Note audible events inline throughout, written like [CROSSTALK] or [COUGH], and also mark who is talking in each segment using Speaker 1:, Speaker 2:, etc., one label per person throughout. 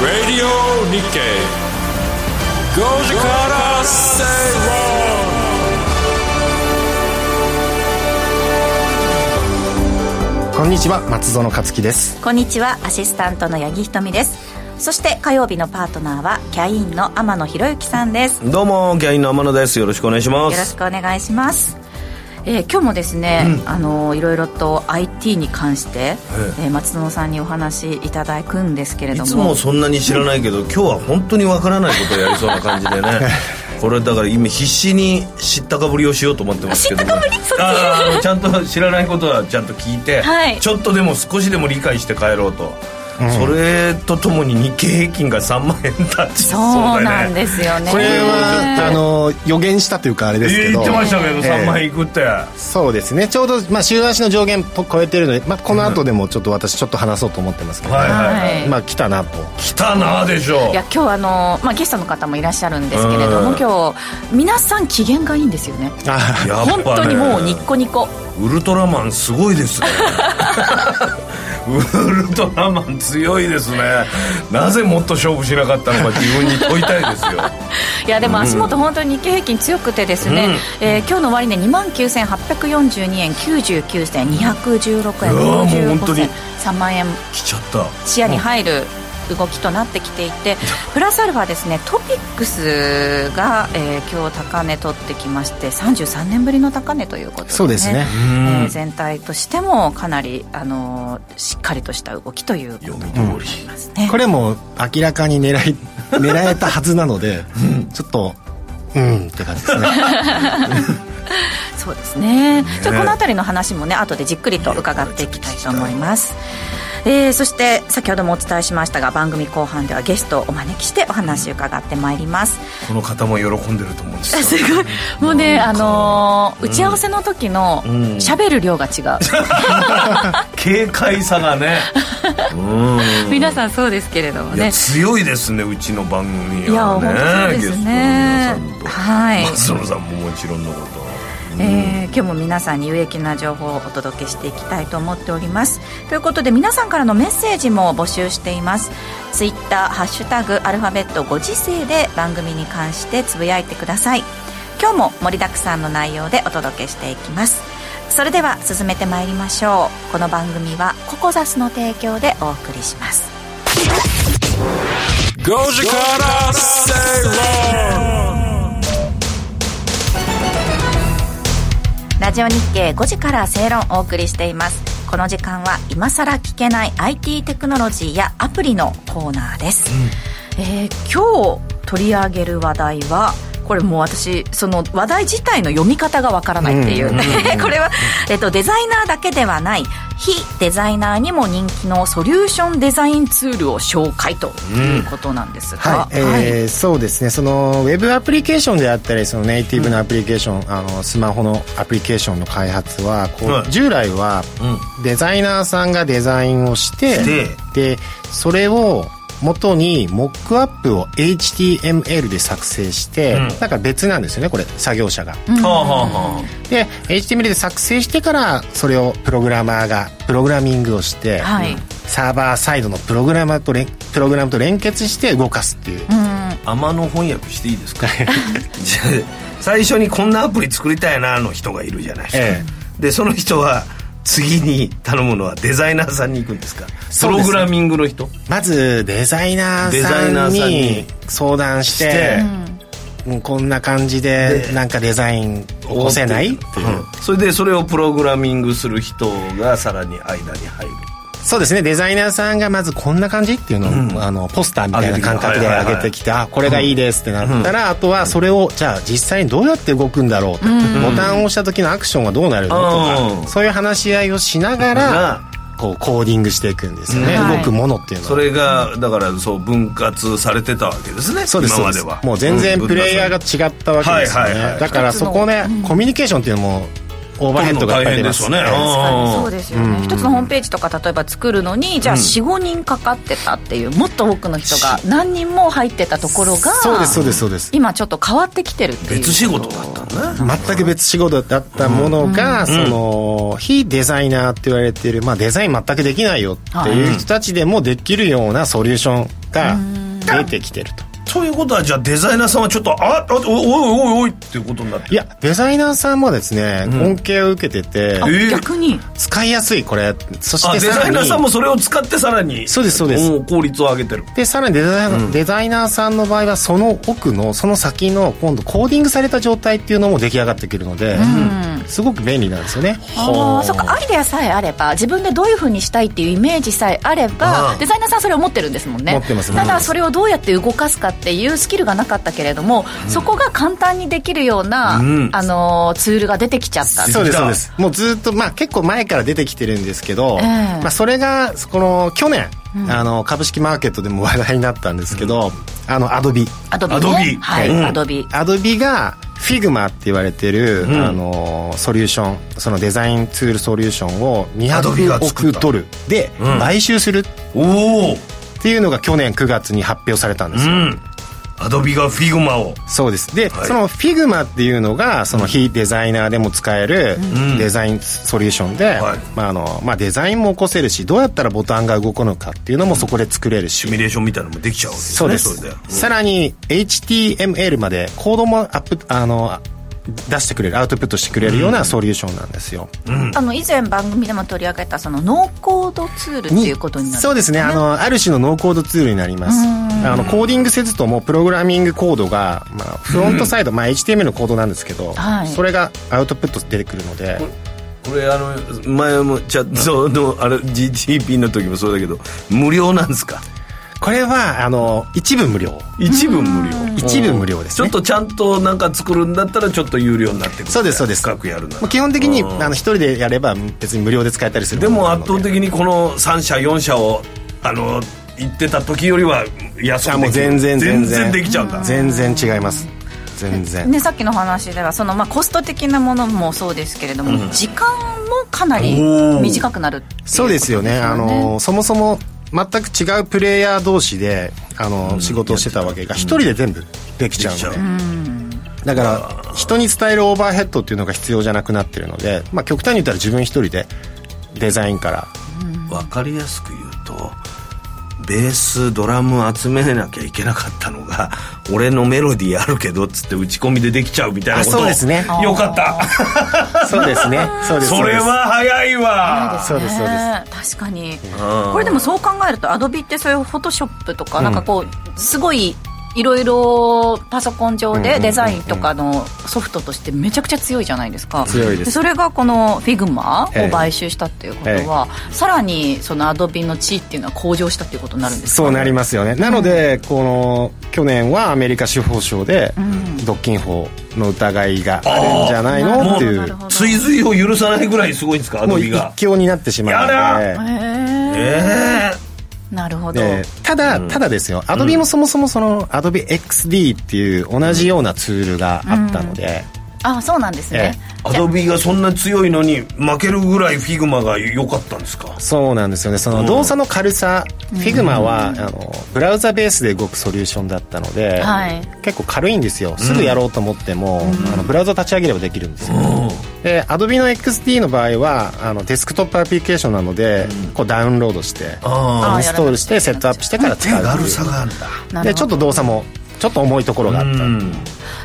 Speaker 1: Radio Nikkei 5時から正論
Speaker 2: こんにちは松園克樹です
Speaker 3: こんにちはアシスタントの八木ひとみですそして火曜日のパートナーはキャインの天野博之さんですよ
Speaker 4: どうもキャインの天野ですよろしくお願いしま
Speaker 3: ろし
Speaker 4: す
Speaker 3: くお願いしますえー今日もですね、あのーいろいろと IT に関して、えー松園さんにお話しいただくんですけれ
Speaker 4: い
Speaker 3: ども
Speaker 4: つもそんなに知らないけど今日は本当にわからないことをやりそうな感じ
Speaker 3: [LAUGHS]
Speaker 4: でねこれだから今必死に知ったかぶりをしようと思ってますけど
Speaker 3: あ
Speaker 4: も
Speaker 3: 知ったかぶりそっち
Speaker 4: あーあのちゃんと知らないことはちゃんと聞いて、
Speaker 3: はい
Speaker 4: ちょっとでも少しでも理解して帰ろうと、それとともに日経平均が3万円立ち
Speaker 3: そ
Speaker 4: そう
Speaker 3: う
Speaker 4: だ
Speaker 3: な
Speaker 4: よ
Speaker 3: ん
Speaker 4: ね
Speaker 3: ですよね
Speaker 2: これはあの予言したというかあれですけ
Speaker 4: えー
Speaker 2: ど、
Speaker 4: 言ってましたけど
Speaker 2: ええ
Speaker 4: 3万円いくって、
Speaker 2: そうですねちょうど、まあ、週足の上限ぽ超えてるので、まあ、この後でもちょっと私ちょっと話そうと思ってますけど、
Speaker 4: はいはい、
Speaker 3: は
Speaker 4: はいい、
Speaker 2: まあ来たなと [LAUGHS]
Speaker 4: 来たなでしょ
Speaker 3: いや今日あのー、まあ、ゲストの方もいらっしゃるんですけれども
Speaker 4: うん
Speaker 3: 今日皆さん機嫌がいいんですよね
Speaker 2: あ
Speaker 4: やっぱ
Speaker 3: 本
Speaker 4: ね
Speaker 3: 当にもうニッコニコ
Speaker 4: ウルトラマンすごいですね [LAUGHS] ウルトラマン強いですねなぜもっと勝負しなかったのか自分に問いたいですよ
Speaker 3: いやでも足元本当に日経平均強くてですね、えー今日の終値2万9842円99銭216円
Speaker 4: うわーもう本当
Speaker 3: 55
Speaker 4: に
Speaker 3: 銭3万円
Speaker 4: 来ちゃった
Speaker 3: 視野に入る動きとなってきていてプラスアルファですねトピックスが、えー今日高値取ってきまして33年ぶりの高値ということで、ね、
Speaker 2: そうですね
Speaker 3: えー全体としてもかなり、あのーしっかりとした動きということに
Speaker 4: 読
Speaker 3: な
Speaker 4: み
Speaker 3: り
Speaker 4: 通り、
Speaker 3: ますね。
Speaker 2: これも明らかに狙い狙えたはずなので、ちょっとうんって感じですね
Speaker 3: そうですね。じゃあこの辺りの話もね後でじっくりと伺っていきたいと思います。えー、そして先ほどもお伝えしましたが番組後半ではゲストをお招きしてお話を伺ってまいります。
Speaker 4: この方も喜んでると思うんです
Speaker 3: [LAUGHS] す
Speaker 4: よ
Speaker 3: ごいもうねあのー打ち合わせの時の
Speaker 4: ん
Speaker 3: 喋る量が違う。
Speaker 4: 軽快さ
Speaker 3: [LAUGHS]
Speaker 4: がねうん
Speaker 3: 皆さんそうですけれども
Speaker 4: いや
Speaker 3: ね。
Speaker 4: 強いですねうちの番組
Speaker 3: いや
Speaker 4: はね
Speaker 3: 本当そうですね
Speaker 4: ゲストの皆さんと、
Speaker 3: はい
Speaker 4: 松野さんももちろんのこと
Speaker 3: えー今日も皆さんに有益な情報をお届けしていきたいと思っておりますということで皆さんからのメッセージも募集していますツイッターハッシュタグアルファベットご時世で番組に関してつぶやいてください今日も盛りだくさんの内容でお届けしていきますそれでは進めてまいりましょうこの番組はココザスの提供でお送りします
Speaker 1: 5時から正論
Speaker 3: ラジオ日経5時から正論をお送りしていますこの時間は今さら聞けない IT テクノロジーやアプリのコーナーです、えー今日取り上げる話題はこれもう私その話題自体の読み方がわからないっていう,、 [LAUGHS] これは、えっと、デザイナーだけではない非デザイナーにも人気のソリューションデザインツールを紹介ということなんですが、
Speaker 2: はい、えーそうですねそのウェブアプリケーションであったりそのネイティブのアプリケーション、あのスマホのアプリケーションの開発はこう、
Speaker 4: はい
Speaker 2: 従来はデザイナーさんがデザインをして、
Speaker 4: して
Speaker 2: でそれを元にモックアップを HTML で作成して、
Speaker 4: うん
Speaker 2: なんか別なんですよねこれ作業者が、
Speaker 4: はあはあは
Speaker 2: で HTML で作成してからそれをプログラマーがプログラミングをして、
Speaker 3: はい
Speaker 2: サーバーサイドのプログラマーと連プログラムと連結して動かすっていう、
Speaker 4: あ天野翻訳していいですかじゃあ最初にこんなアプリ作りたいなの人がいるじゃないですか、
Speaker 2: え
Speaker 4: でその人は次に頼むのはデザイナーさんに行くんですかプ
Speaker 2: そう
Speaker 4: ロ
Speaker 2: ですね
Speaker 4: グラミングの人
Speaker 2: まずデザイナー
Speaker 4: デザイ
Speaker 2: さ
Speaker 4: ナ
Speaker 2: ん
Speaker 4: ーさん
Speaker 2: に
Speaker 4: に
Speaker 2: 相談してうんこんな感じでなんかデザイン起こせないっていう、
Speaker 4: うんそれでそれをプログラミングする人がさらに間に入る
Speaker 2: そうですねデザイナーさんがまずこんな感じっていうのを、あのポスターみたいな感覚で
Speaker 4: 上げてきて
Speaker 2: 上げてきてあこれがいいですってなったら、あとはそれをじゃあ実際にどうやって動くんだろうと、ボタンを押した時のアクションがどうなるのとか、
Speaker 4: うん
Speaker 2: そういう話し合いをしながら、こうコーディングしていくんですよね、
Speaker 3: うん
Speaker 2: 動くものっていうのは
Speaker 4: それがだからそう分割されてたわけですね
Speaker 2: そうです
Speaker 4: 今まで
Speaker 2: そう
Speaker 4: は
Speaker 2: ですもう全然
Speaker 4: ん
Speaker 2: プレイヤーが違ったわけですよね、
Speaker 4: はいはいはい
Speaker 2: だからそこね、コミュニケーションっていうのもオーバーヘッドがいっぱい出ます
Speaker 4: 撮るの大変ですよね
Speaker 3: 確か
Speaker 4: あ
Speaker 3: に
Speaker 4: ー
Speaker 3: そうですよね一つのホームページとか例えば作るのにじゃあ45人かかってたっていうもっと多くの人が何人も入ってたところが
Speaker 2: そうですそうですそうです
Speaker 3: 今ちょっと変わってきてるっていう
Speaker 4: 別仕事だったんだね
Speaker 2: 全く別仕事だったものが、その非デザイナーって言われてる、まあ、デザイン全くできないよっていう人たちでもできるようなソリューションが出てきてると。
Speaker 4: ということはじゃあデザイナーさんはちょっとああおおいおいおいっていうことになって
Speaker 2: いやデザイナーさんもですね、恩恵を受けてて
Speaker 3: あ
Speaker 4: えー
Speaker 3: 逆に
Speaker 2: 使いやすいこれそし
Speaker 4: あ
Speaker 2: て
Speaker 4: デ
Speaker 2: さ
Speaker 4: ザ
Speaker 2: ら
Speaker 4: イ
Speaker 2: に
Speaker 4: ナーさんもそれを使ってさらに
Speaker 2: そうですそうです
Speaker 4: お効率を上げてる
Speaker 2: でさらにデザイナー、デザイナーさんの場合はその奥のその先の今度コーディングされた状態っていうのも出来上がってくるので、すごく便利なんですよね。
Speaker 3: ああそっかアイデアさえあれば自分でどういうふうにしたいっていうイメージさえあれば
Speaker 4: うん
Speaker 3: デザイナーさんそれを持ってるんですもんね
Speaker 2: 持ってます
Speaker 3: ただそれをどうやって動かすかっていうスキルがなかったけれども、そこが簡単にできるような、
Speaker 4: ん
Speaker 3: あのーツールが出てきちゃった
Speaker 2: そうですそ
Speaker 4: でき
Speaker 2: う
Speaker 4: た
Speaker 2: ですもうずっと、まあ、結構前から出てきてるんですけど、
Speaker 3: ええ
Speaker 2: まあ、それがこの去年、あの株式マーケットでも話題になったんですけど、あのアドビ
Speaker 3: アドビね
Speaker 4: Adobe
Speaker 3: はい、
Speaker 4: うん
Speaker 3: アドビ
Speaker 2: アドビが Figma って言われてる、
Speaker 4: ん
Speaker 2: あのソリューションそのデザインツールソリューションを
Speaker 4: Adobe が
Speaker 2: 200
Speaker 4: 作っ
Speaker 2: 億
Speaker 4: た
Speaker 2: ドルで
Speaker 4: うん
Speaker 2: 買収するっ
Speaker 4: おお
Speaker 2: ていうのが去年9月に発表されたんで
Speaker 4: う
Speaker 2: すよ、
Speaker 4: んアドビがフィグマを
Speaker 2: そうですで、
Speaker 4: はい
Speaker 2: その Figma っていうのがその非デザイナーでも使える
Speaker 4: ん
Speaker 2: デザインソリューションで、
Speaker 4: はい
Speaker 2: まああのまあ、デザインも起こせるしどうやったらボタンが動くのかっていうのもそこで作れるし、
Speaker 4: シミュレーションみたいなのもできちゃうわけですね
Speaker 2: そうです
Speaker 4: れで
Speaker 2: さらに HTML までコードもアップあの出してくれるアウトプットしてくれるようなソリューションなんですよ、
Speaker 3: あの以前番組でも取り上げたそのノーコードツールっていうことになる
Speaker 2: そうですねあのある種のノーコードツールになりますあのコーディングせずともプログラミングコードが、まあ、フロントサイド、まあ、HTML のコードなんですけど、
Speaker 3: はい
Speaker 2: それがアウトプット出てくるので、
Speaker 4: これあの前もチャットのあれ GTP の時もそうだけど無料なんですか
Speaker 2: これはあの一部無料
Speaker 4: 一部無料
Speaker 2: 一部無料です
Speaker 4: ちょ
Speaker 2: ね
Speaker 4: っとちゃんとなんか作るんだったらちょっと有料になってくる
Speaker 2: そうですそうです
Speaker 4: 深くやるな
Speaker 2: もう基本的に
Speaker 4: うん
Speaker 2: あの一人でやれば別に無料で使えたりする
Speaker 4: でも
Speaker 2: な
Speaker 4: 圧
Speaker 2: の
Speaker 4: 倒的にこの3社4社をあの行ってた時よりは安
Speaker 2: あ
Speaker 4: く
Speaker 2: も
Speaker 4: で
Speaker 2: う
Speaker 4: きる
Speaker 2: 全然
Speaker 4: 全然できちゃうんだ
Speaker 2: 全然違います全然、
Speaker 3: ね、さっきの話ではその、まあ、コスト的なものもそうですけれども、時間もかなり短くなるってい
Speaker 2: そうですよねあのそもそも全く違うプレイヤー同士であの、仕事をしてたわけが一人で全部できちゃうので、だから人に伝えるオーバーヘッドっていうのが必要じゃなくなってるので、まあ、極端に言ったら自分一人でデザインから
Speaker 4: 分かりやすく言うとベースドラム集めなきゃいけなかったのが [LAUGHS] 俺のメロディーあるけどっつって打ち込みでできちゃうみたいなこと
Speaker 2: あそうですね
Speaker 4: よかっ
Speaker 2: [LAUGHS]
Speaker 4: た
Speaker 2: そうですねそうです
Speaker 4: それは早いわ
Speaker 2: そうですそうです
Speaker 3: ね確かにこれでもそう考えるとアドビってそういうフォトショップとか、なんかこうすごいいろいろパソコン上でデザインとかのソフトとしてめちゃくちゃ強いじゃないですか
Speaker 2: 強いです
Speaker 3: それがこの Figma
Speaker 2: え
Speaker 3: を
Speaker 2: え
Speaker 3: 買収したっていうことは、さらにそのアドビの地位っていうのは向上したっていうことになるんですか
Speaker 2: そうなりますよねなので、この去年はアメリカ司法省で独禁法の疑いがあるんじゃないのってい
Speaker 3: なる
Speaker 2: う
Speaker 3: ほど
Speaker 4: 追随を許さないぐらいすごいんですかア
Speaker 2: も
Speaker 4: ド
Speaker 2: う
Speaker 4: ビ
Speaker 2: 一
Speaker 4: が
Speaker 2: 強になってしまうので
Speaker 4: や
Speaker 3: へえ
Speaker 4: ええ
Speaker 3: なるほど、
Speaker 2: でただ、ただですよアドビもそもそもその AdobeXD っていう同じようなツールがあったので、
Speaker 3: あそうなんですね、
Speaker 4: アドビがそんな強いのに負けるぐらいフィグマが良かったんですか
Speaker 2: そうなんですよねその動作の軽さ、Figma はあのブラウザベースで動くソリューションだったので、
Speaker 3: はい
Speaker 2: 結構軽いんですよすぐやろうと思っても、あのブラウザ立ち上げればできるんですよ、で Adobe の XD の場合はあのデスクトップアプリケーションなので、こうダウンロードして
Speaker 4: あ
Speaker 3: あ
Speaker 2: インストールしてセットアップしてから
Speaker 4: 手
Speaker 2: 使うっていう
Speaker 4: 軽さがあるんだ
Speaker 3: なるほど
Speaker 2: でちょっと動作もちょっと重いところがあった、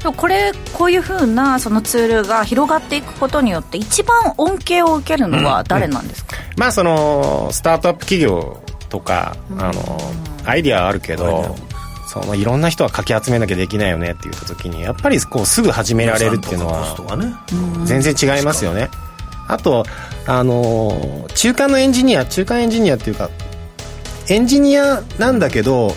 Speaker 3: でもこれこういうふうなそのツールが広がっていくことによって一番恩恵を受けるのは誰なんですか、
Speaker 2: まあそのスタートアップ企業とか、あのアイディアはあるけどそのいろんな人はかき集めなきゃできないよねって言った時にやっぱりこうすぐ始められるっていうの
Speaker 4: 予算と
Speaker 2: は
Speaker 4: かコストがね
Speaker 2: 全然違いますよねあとあの中間のエンジニア中間エンジニアっていうかエンジニアなんだけどう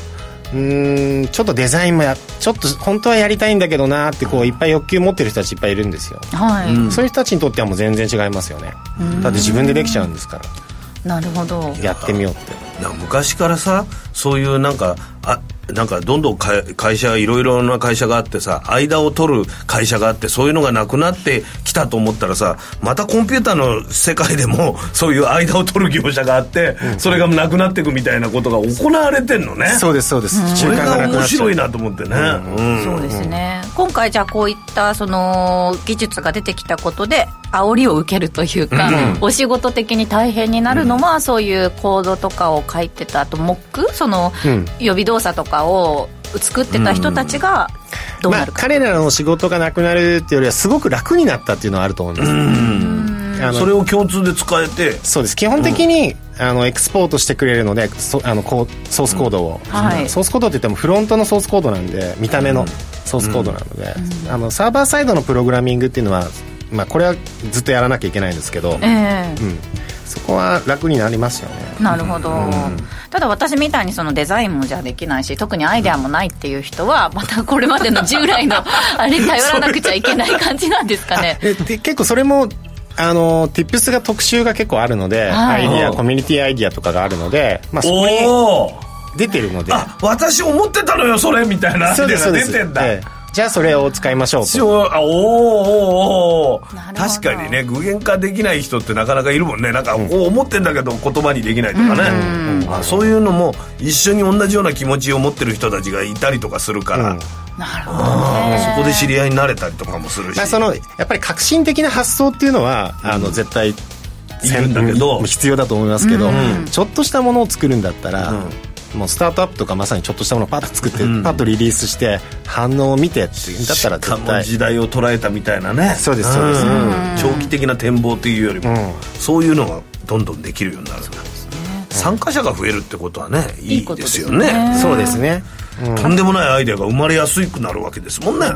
Speaker 2: ーんちょっとデザインもやちょっと本当はやりたいんだけどなーってこういっぱい欲求持ってる人たちいっぱいいるんですよ、
Speaker 3: はい、
Speaker 2: そういう人たちにとってはもう全然違いますよねだって自分でできちゃうんですから
Speaker 3: なるほど
Speaker 2: やってみようって
Speaker 4: なんか昔からさそういうなんかあなんかどんどんか会社いろいろな会社があってさ間を取る会社があってそういうのがなくなってきたと思ったらさまたコンピューターの世界でも [LAUGHS] そういう間を取る業者があって、それがなくなっていくみたいなことが行われてんのね
Speaker 2: そうですそうです
Speaker 4: こ
Speaker 2: 中
Speaker 4: れ
Speaker 2: 間がな
Speaker 4: が
Speaker 2: く
Speaker 4: 面
Speaker 2: なっちゃ
Speaker 4: 白
Speaker 2: う
Speaker 4: いなと思ってね、うん
Speaker 3: そうですね、今回じゃあこういったその技術が出てきたことで煽りを受けるというか、お仕事的に大変になるのは、そういうコードとかを書いてたあとモックその、
Speaker 2: うん
Speaker 3: 予備動作とかを作ってた人たちがどう
Speaker 2: ま
Speaker 3: な
Speaker 2: あ
Speaker 3: るか、
Speaker 2: 彼らの仕事がなくなるっていうよりはすごく楽になったっていうのはあると思います、あの
Speaker 4: それを共通で使えて
Speaker 2: そうです基本的に、あのエクスポートしてくれるのでそあのこうソースコードを、
Speaker 3: はい
Speaker 2: ソースコードって言ってもフロントのソースコードなんで見た目のソースコードなので、あのサーバーサイドのプログラミングっていうのは、まあ、これはずっとやらなきゃいけないんですけど、
Speaker 3: ええ
Speaker 2: うん、そこは楽になりますよね
Speaker 3: なるほど、ただ私みたいにそのデザインもじゃあできないし特にアイデアもないっていう人はまたこれまでの
Speaker 2: [LAUGHS]
Speaker 3: 従来のあれに頼らなくちゃいけない感じなんですかね
Speaker 2: でで結構それもあの Tips が特集が結構あるので、
Speaker 3: はい
Speaker 2: アイディアコミュニティアイディアとかがあるので、まあ、そこに
Speaker 4: おお
Speaker 2: 出てるので
Speaker 4: あ私思ってたのよそれみたいなアイ
Speaker 2: そう
Speaker 4: デ
Speaker 2: で
Speaker 4: ア
Speaker 2: すそ
Speaker 4: が
Speaker 2: うで
Speaker 4: 出
Speaker 2: す
Speaker 4: てんだ、
Speaker 2: ええじゃあそれを使いましょう
Speaker 4: 一
Speaker 2: と
Speaker 4: 応あおーおーおーお
Speaker 3: な
Speaker 4: ー
Speaker 3: るほど
Speaker 4: 確かにね具現化できない人ってなかなかいるもんねなんかこう思ってんだけど言葉にできないとかね、あそういうのも一緒に同じような気持ちを持ってる人たちがいたりとかするから、
Speaker 2: うん
Speaker 3: なるほど
Speaker 4: あーそこで知り合いになれたりとかもするし、
Speaker 2: まあ、そのやっぱり革新的な発想っていうのは、あの絶対
Speaker 4: るんだけど
Speaker 2: うん必要だと思いますけど、ちょっとしたものを作るんだったら、もうスタートアップとかまさにちょっとしたものをパッと作って、パッとリリースして反応を見てっていうんだったら
Speaker 4: しか
Speaker 2: 絶
Speaker 4: も
Speaker 2: 対
Speaker 4: 時代を捉えたみたいなね
Speaker 2: そうですそうです
Speaker 4: ん長期的な展望というよりも、
Speaker 2: うん
Speaker 4: そういうのがどんどんできるようになる参加者が増えるってことはねい
Speaker 3: いい
Speaker 4: い
Speaker 3: こと
Speaker 4: で
Speaker 3: ですす
Speaker 4: よ
Speaker 3: よ
Speaker 4: ね
Speaker 3: ね
Speaker 2: そうですね、うん
Speaker 4: とんでもないアイデアが生まれやすくなるわけですもんね、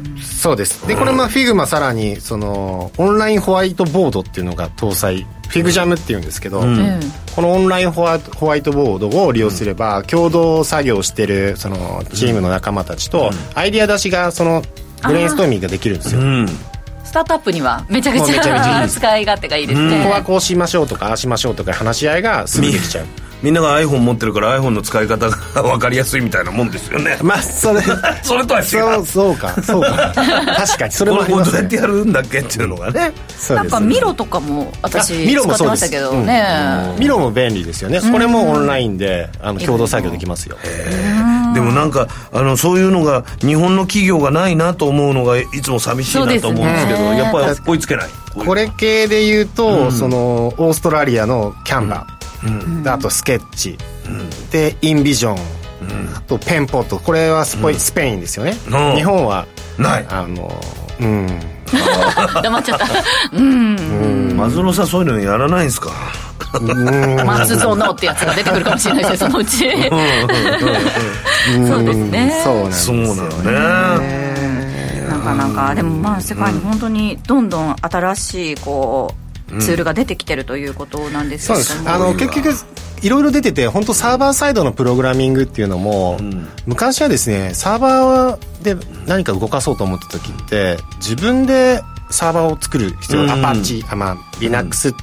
Speaker 2: そうですでこれまあ Figma さらにそのオンラインホワイトボードっていうのが搭載 FigJam っていうんですけど、
Speaker 3: うん
Speaker 2: このオンラインホワホワイトボードを利用すれば、共同作業してるそのチームの仲間たちと、アイディア出しがそのブレインストーミングができるんですよ、
Speaker 4: うん
Speaker 3: スタートアップにはめちゃく
Speaker 2: もう
Speaker 3: ち
Speaker 2: めちゃめちゃいい
Speaker 3: ゃ
Speaker 2: です
Speaker 3: 使い勝手がいいですね、
Speaker 2: ここはこうしましょうとかああしましょうとか話し合いがすぐできちゃう
Speaker 4: みんなが iPhone 持ってるから iPhone の使い方が分かりやすいみたいなもんですよね、 [LAUGHS]
Speaker 2: まあそ [LAUGHS] れ
Speaker 4: それとは違
Speaker 2: そううそうかそうか確かにそれも
Speaker 4: こ
Speaker 2: あ
Speaker 4: れ
Speaker 2: り
Speaker 4: こ
Speaker 2: ま
Speaker 4: うどう
Speaker 2: す
Speaker 4: やって
Speaker 2: ね
Speaker 4: やるんだっけっていうのがね
Speaker 2: そう
Speaker 3: なん
Speaker 2: です
Speaker 3: かミロとかも私
Speaker 2: あミロ
Speaker 3: 使
Speaker 2: も
Speaker 3: っ
Speaker 2: そ
Speaker 3: て
Speaker 2: う
Speaker 3: ま
Speaker 2: で
Speaker 3: し
Speaker 2: す
Speaker 3: たけどね、
Speaker 2: ミロも便利ですよねこれもオンラインであの共同作業できますよ
Speaker 4: でもなんかあのそういうのが日本の企業がないなと思うのがいつも寂しいなと思うんですけど
Speaker 3: そうですね
Speaker 4: やっぱり追いつけない
Speaker 2: これ系で言うと、そのオーストラリアのキャンバー、であとスケッチ、でインビジョン、あとペンポットこれはスポイ、スペインですよね、
Speaker 4: うん
Speaker 2: 日本は
Speaker 4: ない
Speaker 2: あのうん
Speaker 3: [LAUGHS] 黙っちゃった
Speaker 4: 松野さんそういうのやらないんですか
Speaker 3: 松園ってやつが出てくるかもしれないですねそのうちそうですね
Speaker 2: そうなんです
Speaker 4: そうなのね
Speaker 3: なかなかでもまあ世界に本当にどんどん新しいこうツールが出てきてるということなんです
Speaker 2: そうで
Speaker 3: けれ
Speaker 2: す
Speaker 3: ども
Speaker 2: あの結局いろいろ出てて本当サーバーサイドのプログラミングっていうのも、昔はですねサーバーで何か動かそうと思った時って自分でサーバーを作る必要、
Speaker 4: うん
Speaker 2: アパッチあまあ Linux、うん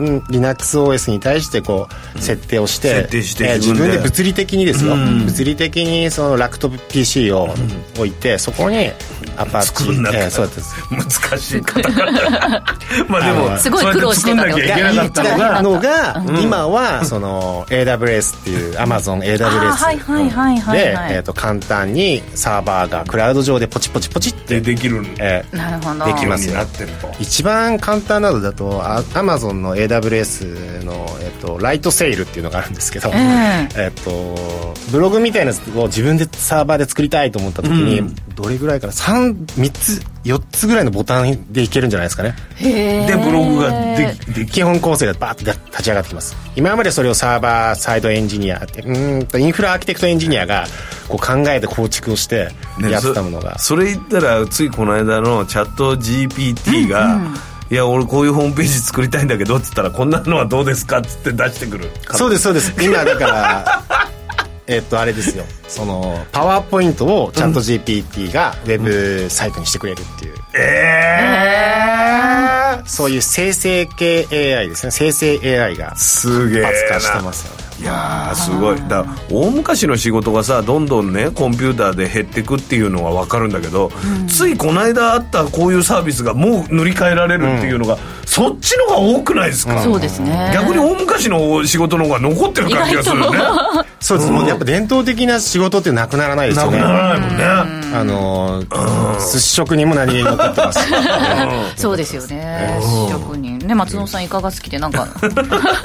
Speaker 2: LinuxOS に対してこう設定をして,、
Speaker 4: 設定して
Speaker 2: えー
Speaker 4: 自
Speaker 2: 自
Speaker 4: 分で
Speaker 2: 分で物理的にですよ、
Speaker 4: うん
Speaker 2: 物理的にそのラクトップ PC を置いて、そこにアパッチ
Speaker 4: 作んなきゃ
Speaker 2: えーそうです
Speaker 4: 難しい方々 [LAUGHS] まあでも
Speaker 2: あの
Speaker 3: すごい苦労してた
Speaker 4: そうやって作んなきゃいけなかったのが
Speaker 2: のが、今はその AWS っていう AmazonAWS
Speaker 3: あーはいはいはいはい
Speaker 2: で、
Speaker 3: はい
Speaker 2: えー、と簡単にサーバーがクラウド上でポチポチポチって、
Speaker 4: でできる
Speaker 2: えー
Speaker 3: なるほど
Speaker 2: できます
Speaker 4: になってると
Speaker 2: 一番簡単なのだとあ Amazon の AWS の、えー、とライトセールっていうのがあるんですけど、
Speaker 3: ええ
Speaker 2: えっとブログみたいなやつを自分でサーバーで作りたいと思った時に、どれぐらいかな3 3つ4つぐらいのボタンでいけるんじゃないですかね
Speaker 3: へー
Speaker 4: でブログができでき
Speaker 2: 基本構成がバーッと立ち上がってきます今までそれをサーバーサイドエンジニアってうーんとインフラアーキテクトエンジニアがこう考えて構築をして
Speaker 4: ね
Speaker 2: やってたものが、
Speaker 4: そそれ言ったらついこの間のチャット GPT が、いや俺こういうホームページ作りたいんだけど」っつったら「こんなのはどうですか?」っつって出してくる
Speaker 2: そうですそうです今だから [LAUGHS] えっとあれですよそのパワーポイントをチャット GPT がウェブサイトにしてくれるっていう、
Speaker 4: ええー、
Speaker 2: そういう生成系 AI ですね生成 AI が
Speaker 4: すげえな
Speaker 2: 発達してますよね
Speaker 4: いやーすごいだから大昔の仕事がさどんどんねコンピューターで減ってくっていうのは分かるんだけど、ついこの間あったこういうサービスがもう塗り替えられるっていうのが、そっちのが多くないですか、
Speaker 5: そうですね
Speaker 4: 逆に大昔の仕事の方が残ってる感じがするよね
Speaker 2: そうです、もうやっぱ伝統的な仕事ってなくならないです
Speaker 4: な
Speaker 2: よ
Speaker 4: く
Speaker 2: ね
Speaker 4: ならないもんね、
Speaker 2: あのー寿司職人も何気に残ってます
Speaker 5: [LAUGHS] そうですよね試食人ね松野さんいかが好きでなん
Speaker 2: [LAUGHS]
Speaker 5: か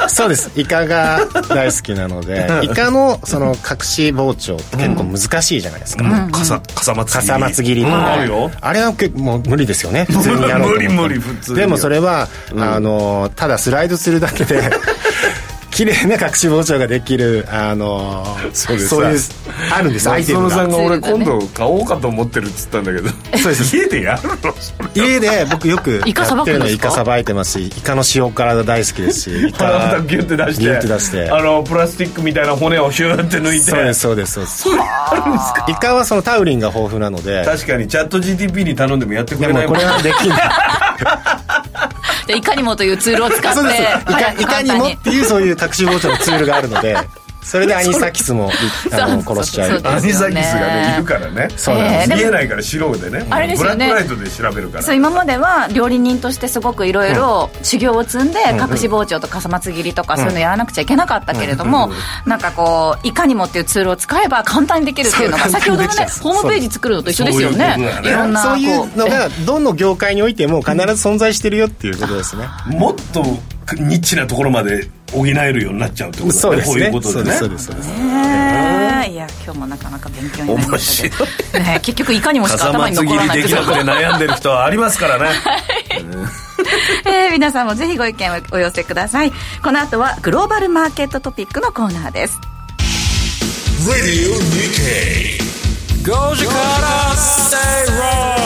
Speaker 2: そうですイカが大好きなの
Speaker 4: [LAUGHS]
Speaker 2: でイカのその隠し包丁って結構難しいじゃないですか、
Speaker 4: かさかさまつぎ
Speaker 2: かさまつ切りと
Speaker 4: うん
Speaker 2: か、
Speaker 4: あるよ
Speaker 2: あれは結構もう無理ですよ
Speaker 4: [LAUGHS]
Speaker 2: ね普通にやろうと思っても
Speaker 4: 無理無理普通に
Speaker 2: でもそれは、あのただスライドするだけ
Speaker 4: [LAUGHS]
Speaker 2: で綺麗な隠し包丁ができるあのそう
Speaker 4: です
Speaker 2: いうあるんですアイテム
Speaker 4: 松野
Speaker 2: が
Speaker 4: さんが俺今度買おうかと思ってるっつったんだけど
Speaker 2: そうです
Speaker 4: 家でやるの
Speaker 2: 家で僕よく
Speaker 5: イカ
Speaker 2: や
Speaker 5: さばく
Speaker 2: って
Speaker 5: ん
Speaker 2: るの
Speaker 5: ですか
Speaker 2: イカさばいてますしイカの塩辛大好きですしイ
Speaker 4: [LAUGHS] 腹
Speaker 2: カ
Speaker 4: ギュッて出して
Speaker 2: ギュッて出して
Speaker 4: あのプラスチックみたいな骨をシューって抜いて
Speaker 2: そうですそうですそうですイカはそのタウリンが豊富なので
Speaker 4: 確かにチャット GTP に頼んでもやってく
Speaker 2: で
Speaker 4: れ
Speaker 2: も
Speaker 4: ない
Speaker 2: こ
Speaker 4: もん
Speaker 2: れはできない
Speaker 5: でいかにもというツールを使って
Speaker 2: [LAUGHS] そうですいか
Speaker 5: 早く
Speaker 2: いか
Speaker 5: 簡
Speaker 2: に
Speaker 5: 単
Speaker 2: もっていうそういう隠し包丁のツールがある
Speaker 5: [LAUGHS]
Speaker 2: のでそれでアニサキスもあの
Speaker 5: そう
Speaker 2: 殺しちゃ
Speaker 5: そううそう
Speaker 4: アニサキスが
Speaker 5: ですよね
Speaker 4: ねいるからね
Speaker 2: そうなんです
Speaker 5: えーでも
Speaker 4: 見えないから白でね
Speaker 5: あれですよね
Speaker 4: ブラックライトで調べるから
Speaker 5: そう今までは料理人としてすごくいろいろ修行を積んで隠し包丁とかさまつ切りとかそういうのやらなくちゃいけなかったけれどもなんかこういかにもっていうツールを使えば簡単にできるっていうのが
Speaker 2: そう
Speaker 5: 先ほどの
Speaker 2: 簡
Speaker 5: ね
Speaker 2: 単にできちゃ
Speaker 5: ホ
Speaker 2: う
Speaker 5: ームページ作るのと一緒ですよね
Speaker 4: そういうこ
Speaker 5: い
Speaker 4: とだね
Speaker 5: ろんなこ
Speaker 2: そういうの
Speaker 5: え
Speaker 2: がどの業界においても必ず存在してるよっていうことですね
Speaker 4: もっとニッチなところまで補えるようになっちゃうってこと
Speaker 2: そう
Speaker 4: だね
Speaker 2: です
Speaker 4: こうい
Speaker 2: ね
Speaker 4: うこと
Speaker 2: そう
Speaker 4: で
Speaker 2: で
Speaker 4: ね
Speaker 2: すそうですそうです
Speaker 3: ねえいや今日もなかなか勉強になりましたけど、ねえ、結局いかにもしか
Speaker 4: 笠
Speaker 5: 頭
Speaker 4: 間
Speaker 5: に
Speaker 4: つ
Speaker 5: 残
Speaker 4: ぎ
Speaker 5: ら
Speaker 4: り
Speaker 5: ない
Speaker 4: で
Speaker 5: け
Speaker 4: き
Speaker 5: ど
Speaker 4: なくて悩んでる人はありますからね
Speaker 3: えー皆さんもぜひご意見をお寄せくださいこの後はグローバルマーケットトピックのコーナーです
Speaker 1: Radio Nikkei. Goji Kara Stay Wrong.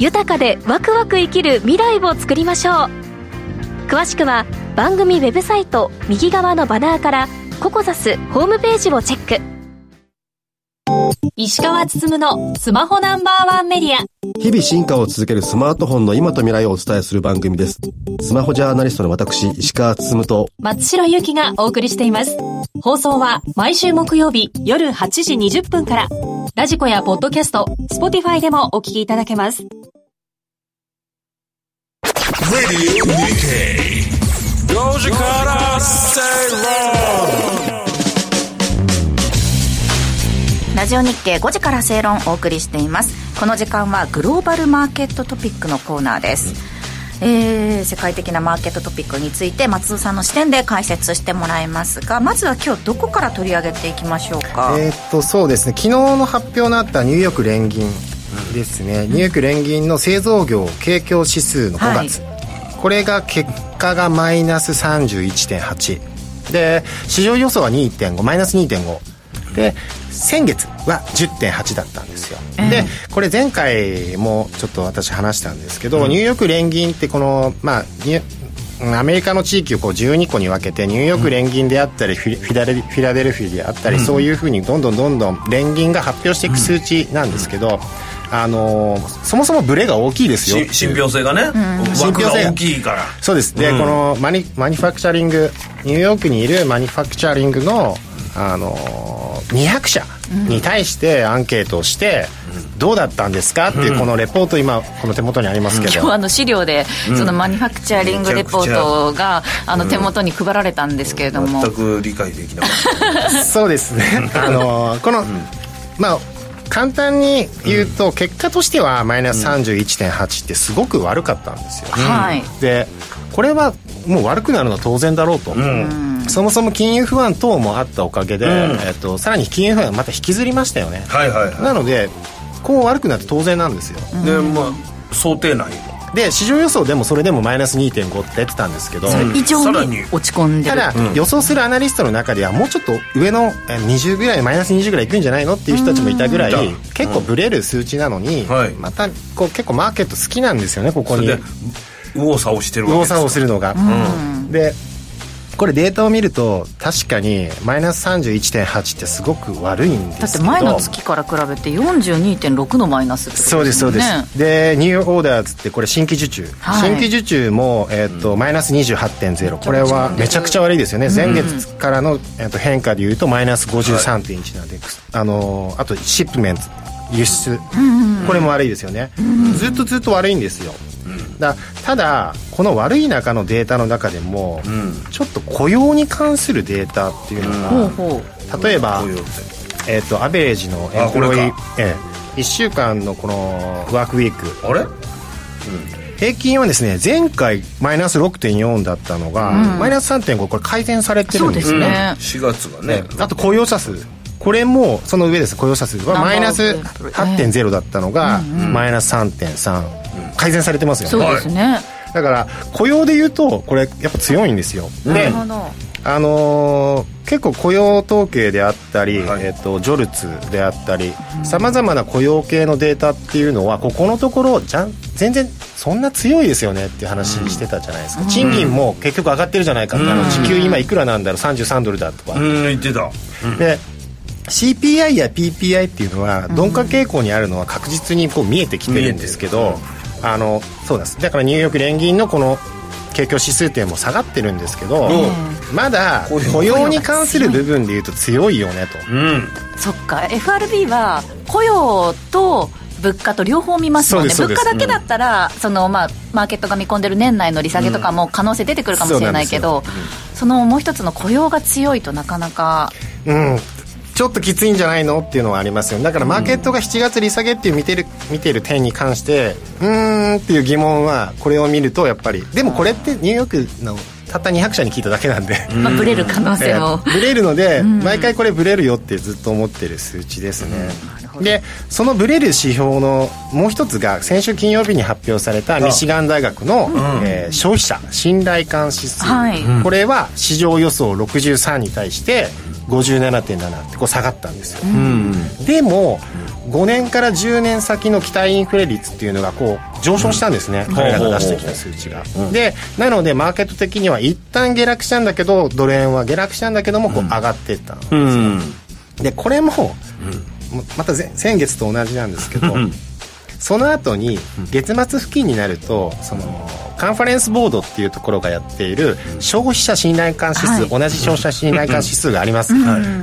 Speaker 6: 豊かでワクワク生きる未来を作りましょう詳しくは番組ウェブサイト右側のバナーからココザスホームページをチェック石川つつむのスマホナンバーワンメディア
Speaker 7: 日々進化を続けるスマートフォンの今と未来をお伝えする番組です。スマホジャーナリストの私、石川つつむと、
Speaker 6: 松代ゆきがお送りしています放送は毎週木曜日夜8時20分からラジコやポッドキャスト Spotify でもお聞きいただけます
Speaker 1: Radio Nikkei. Goji Kara Stay Wrong.
Speaker 3: ラジオ日経5時から正論をお送りしていますこの時間はグローバルマーケットトピックのコーナーです、えー世界的なマーケットトピックについて松尾さんの視点で解説してもらいますがまずは今日どこから取り上げていきましょうか、
Speaker 2: えーっとそうですね昨日の発表のあったニューヨーク連銀ですね、ニューヨーク連銀の製造業景況指数の5月、これが結果がマイナス31.8で市場予想は2.5マイナス2.5で先月は10.8だったんですよ、でこれ前回もちょっと私話したんですけど、ニューヨーク連銀ってこのまあニュアメリカの地域をこう12個に分けてニューヨーク連銀であったりフィフィラデルフィラデルフィであったりそういうふうにどんどんどんどん連銀が発表していく数値なんですけどあのーそもそもブレが大きいですよ
Speaker 4: し信憑性がね
Speaker 2: 信
Speaker 4: 枠
Speaker 2: 憑
Speaker 4: が
Speaker 2: 性が
Speaker 4: 大きいから
Speaker 2: そうですで、このマニマニファクチャリングニューヨークにいるマニファクチャリングの、あのー200社に対してアンケートをして、どうだったんですかっていうこのレポート今この手元にありますけど、
Speaker 5: 今日あの資料でそのマニファクチャリングレポートがあの手元に配られたんですけれども
Speaker 4: 全く理解できなかっ
Speaker 2: そうですねあのーこの、まあ簡単に言うと結果としてはマイナス31.8ってすごく悪かったんですよ、
Speaker 5: はい
Speaker 2: でこれはもう悪くなるのは当然だろうと、そもそも金融不安等もあったおかげで、えっと、さらに金融不安がまた引きずりましたよね
Speaker 4: たはいはいはい
Speaker 2: なのでこう悪くなって当然なんですよ
Speaker 4: でまあ想定内
Speaker 2: で市場予想でもそれでもマイナス2.5って言ってたんですけど、
Speaker 4: ん
Speaker 5: 以
Speaker 4: さ
Speaker 5: 上
Speaker 4: ら
Speaker 5: に
Speaker 4: に
Speaker 5: 落ち込んで
Speaker 2: た
Speaker 5: る
Speaker 2: だ、予想するアナリストの中ではもうちょっと上のえー20ぐらいマイナス20ぐらいいくんじゃないのっていう人たちもいたぐらい
Speaker 4: うん
Speaker 2: 結構ブレる数値なのに、
Speaker 4: はい
Speaker 2: またこう結構マーケット好きなんですよねここ
Speaker 4: それ
Speaker 2: に
Speaker 4: で右往左往してる
Speaker 2: 右
Speaker 4: わけ
Speaker 2: 往
Speaker 4: です
Speaker 2: 左往するのが、でこれデータを見ると確かにマイナス31.8ってすごく悪いんですけど
Speaker 5: だって前の月から比べて42.6のマイナスってこと
Speaker 2: そうですそうです、でニューオーダーズってこれ新規受注、
Speaker 5: はい
Speaker 2: 新規受注も、えーっとマイナス28.0これはめちゃくちゃ悪いですよね、前月からの、えーっと変化でいうとマイナス53.1なんで、あのーあとシップメント輸出、これも悪いですよね、ずっとずっと悪いんですよ、だただこの悪い中のデータの中でも、ちょっと雇用に関するデータっていうの
Speaker 5: ほう
Speaker 2: が、
Speaker 5: ほ
Speaker 2: 例えば、
Speaker 4: こういうのって
Speaker 2: えー、とアベレージのエ
Speaker 4: あ
Speaker 2: ンプロイ
Speaker 4: これ
Speaker 2: ー
Speaker 4: か、
Speaker 2: え1週間のこのワークウィーク
Speaker 4: あれ
Speaker 2: 平均はですね前回マイナス6.4だったのが、マイナス3.5これ改善されてるんです
Speaker 5: そう
Speaker 2: よ
Speaker 5: ですね
Speaker 4: 4月がね
Speaker 2: ねあと雇用者数これもその上です雇用者数はマイナス8.0だったのが、マイナス3.3、改善されてます
Speaker 5: う
Speaker 2: よ
Speaker 5: そ
Speaker 2: ね
Speaker 5: うですね、
Speaker 2: だから雇用で言うとこれやっぱ強いんですよ、で
Speaker 5: なるほど
Speaker 2: あのー結構雇用統計であったり、
Speaker 4: はい
Speaker 2: えっとジョルツであったりさまざまな雇用系のデータっていうのはここのところじゃん全然そんな強いですよねっていう話してたじゃないですか、賃金も結局上がってるじゃないかって、あの時給今いくらなんだろう33ドルだとか、
Speaker 4: うん言ってた
Speaker 2: で CPI や PPI っていうのは鈍化傾向にあるのは確実にこう見えてきてるんですけど、あのそうなんですだからニューヨーク連銀のこの景況指数点も下がってるんですけど、まだ
Speaker 4: 雇用
Speaker 2: 雇用に関する部分でいうと強いよねと。
Speaker 4: うん
Speaker 5: そっか FRB は雇用と物価と両方見ますもんね
Speaker 2: そう
Speaker 5: 物
Speaker 2: です
Speaker 5: 価
Speaker 2: そうです
Speaker 5: だけだったら、そのまあ、マーケットが見込んでる年内の利下げとかも可能性出てくるかもしれないけど、そのもう一つの雇用が強いとなかなか
Speaker 2: うんちょっときついんじゃないのっていうのはありますよだからマーケットが7月利下げっていう見てる見てる点に関してうーんっていう疑問はこれを見るとやっぱりでもこれってニューヨークのたった200社に聞いただけなんで
Speaker 5: まあ、ブレる可能性も、
Speaker 2: ええブレるので、毎回これブレるよってずっと思ってる数値ですね、でそのブレる指標のもう一つが先週金曜日に発表されたミシガン大学の、えー消費者信頼感指数、
Speaker 5: はいうん
Speaker 2: これは市場予想63に対して57.7ってこう下がったんですよ、でも5年から10年先の期待インフレ率っていうのがこう上昇したんですね、彼らが出してきた数値が、でなのでマーケット的には一旦下落したんだけどドル円は下落したんだけどもこう上がっていったの、
Speaker 4: うん
Speaker 2: でこれも、もうまた前先月と同じなんですけどその後に月末付近になるとそのカンファレンスボードっていうところがやっている消費者信頼感指数、
Speaker 5: はい
Speaker 2: 同じ消費者信頼感指数があります、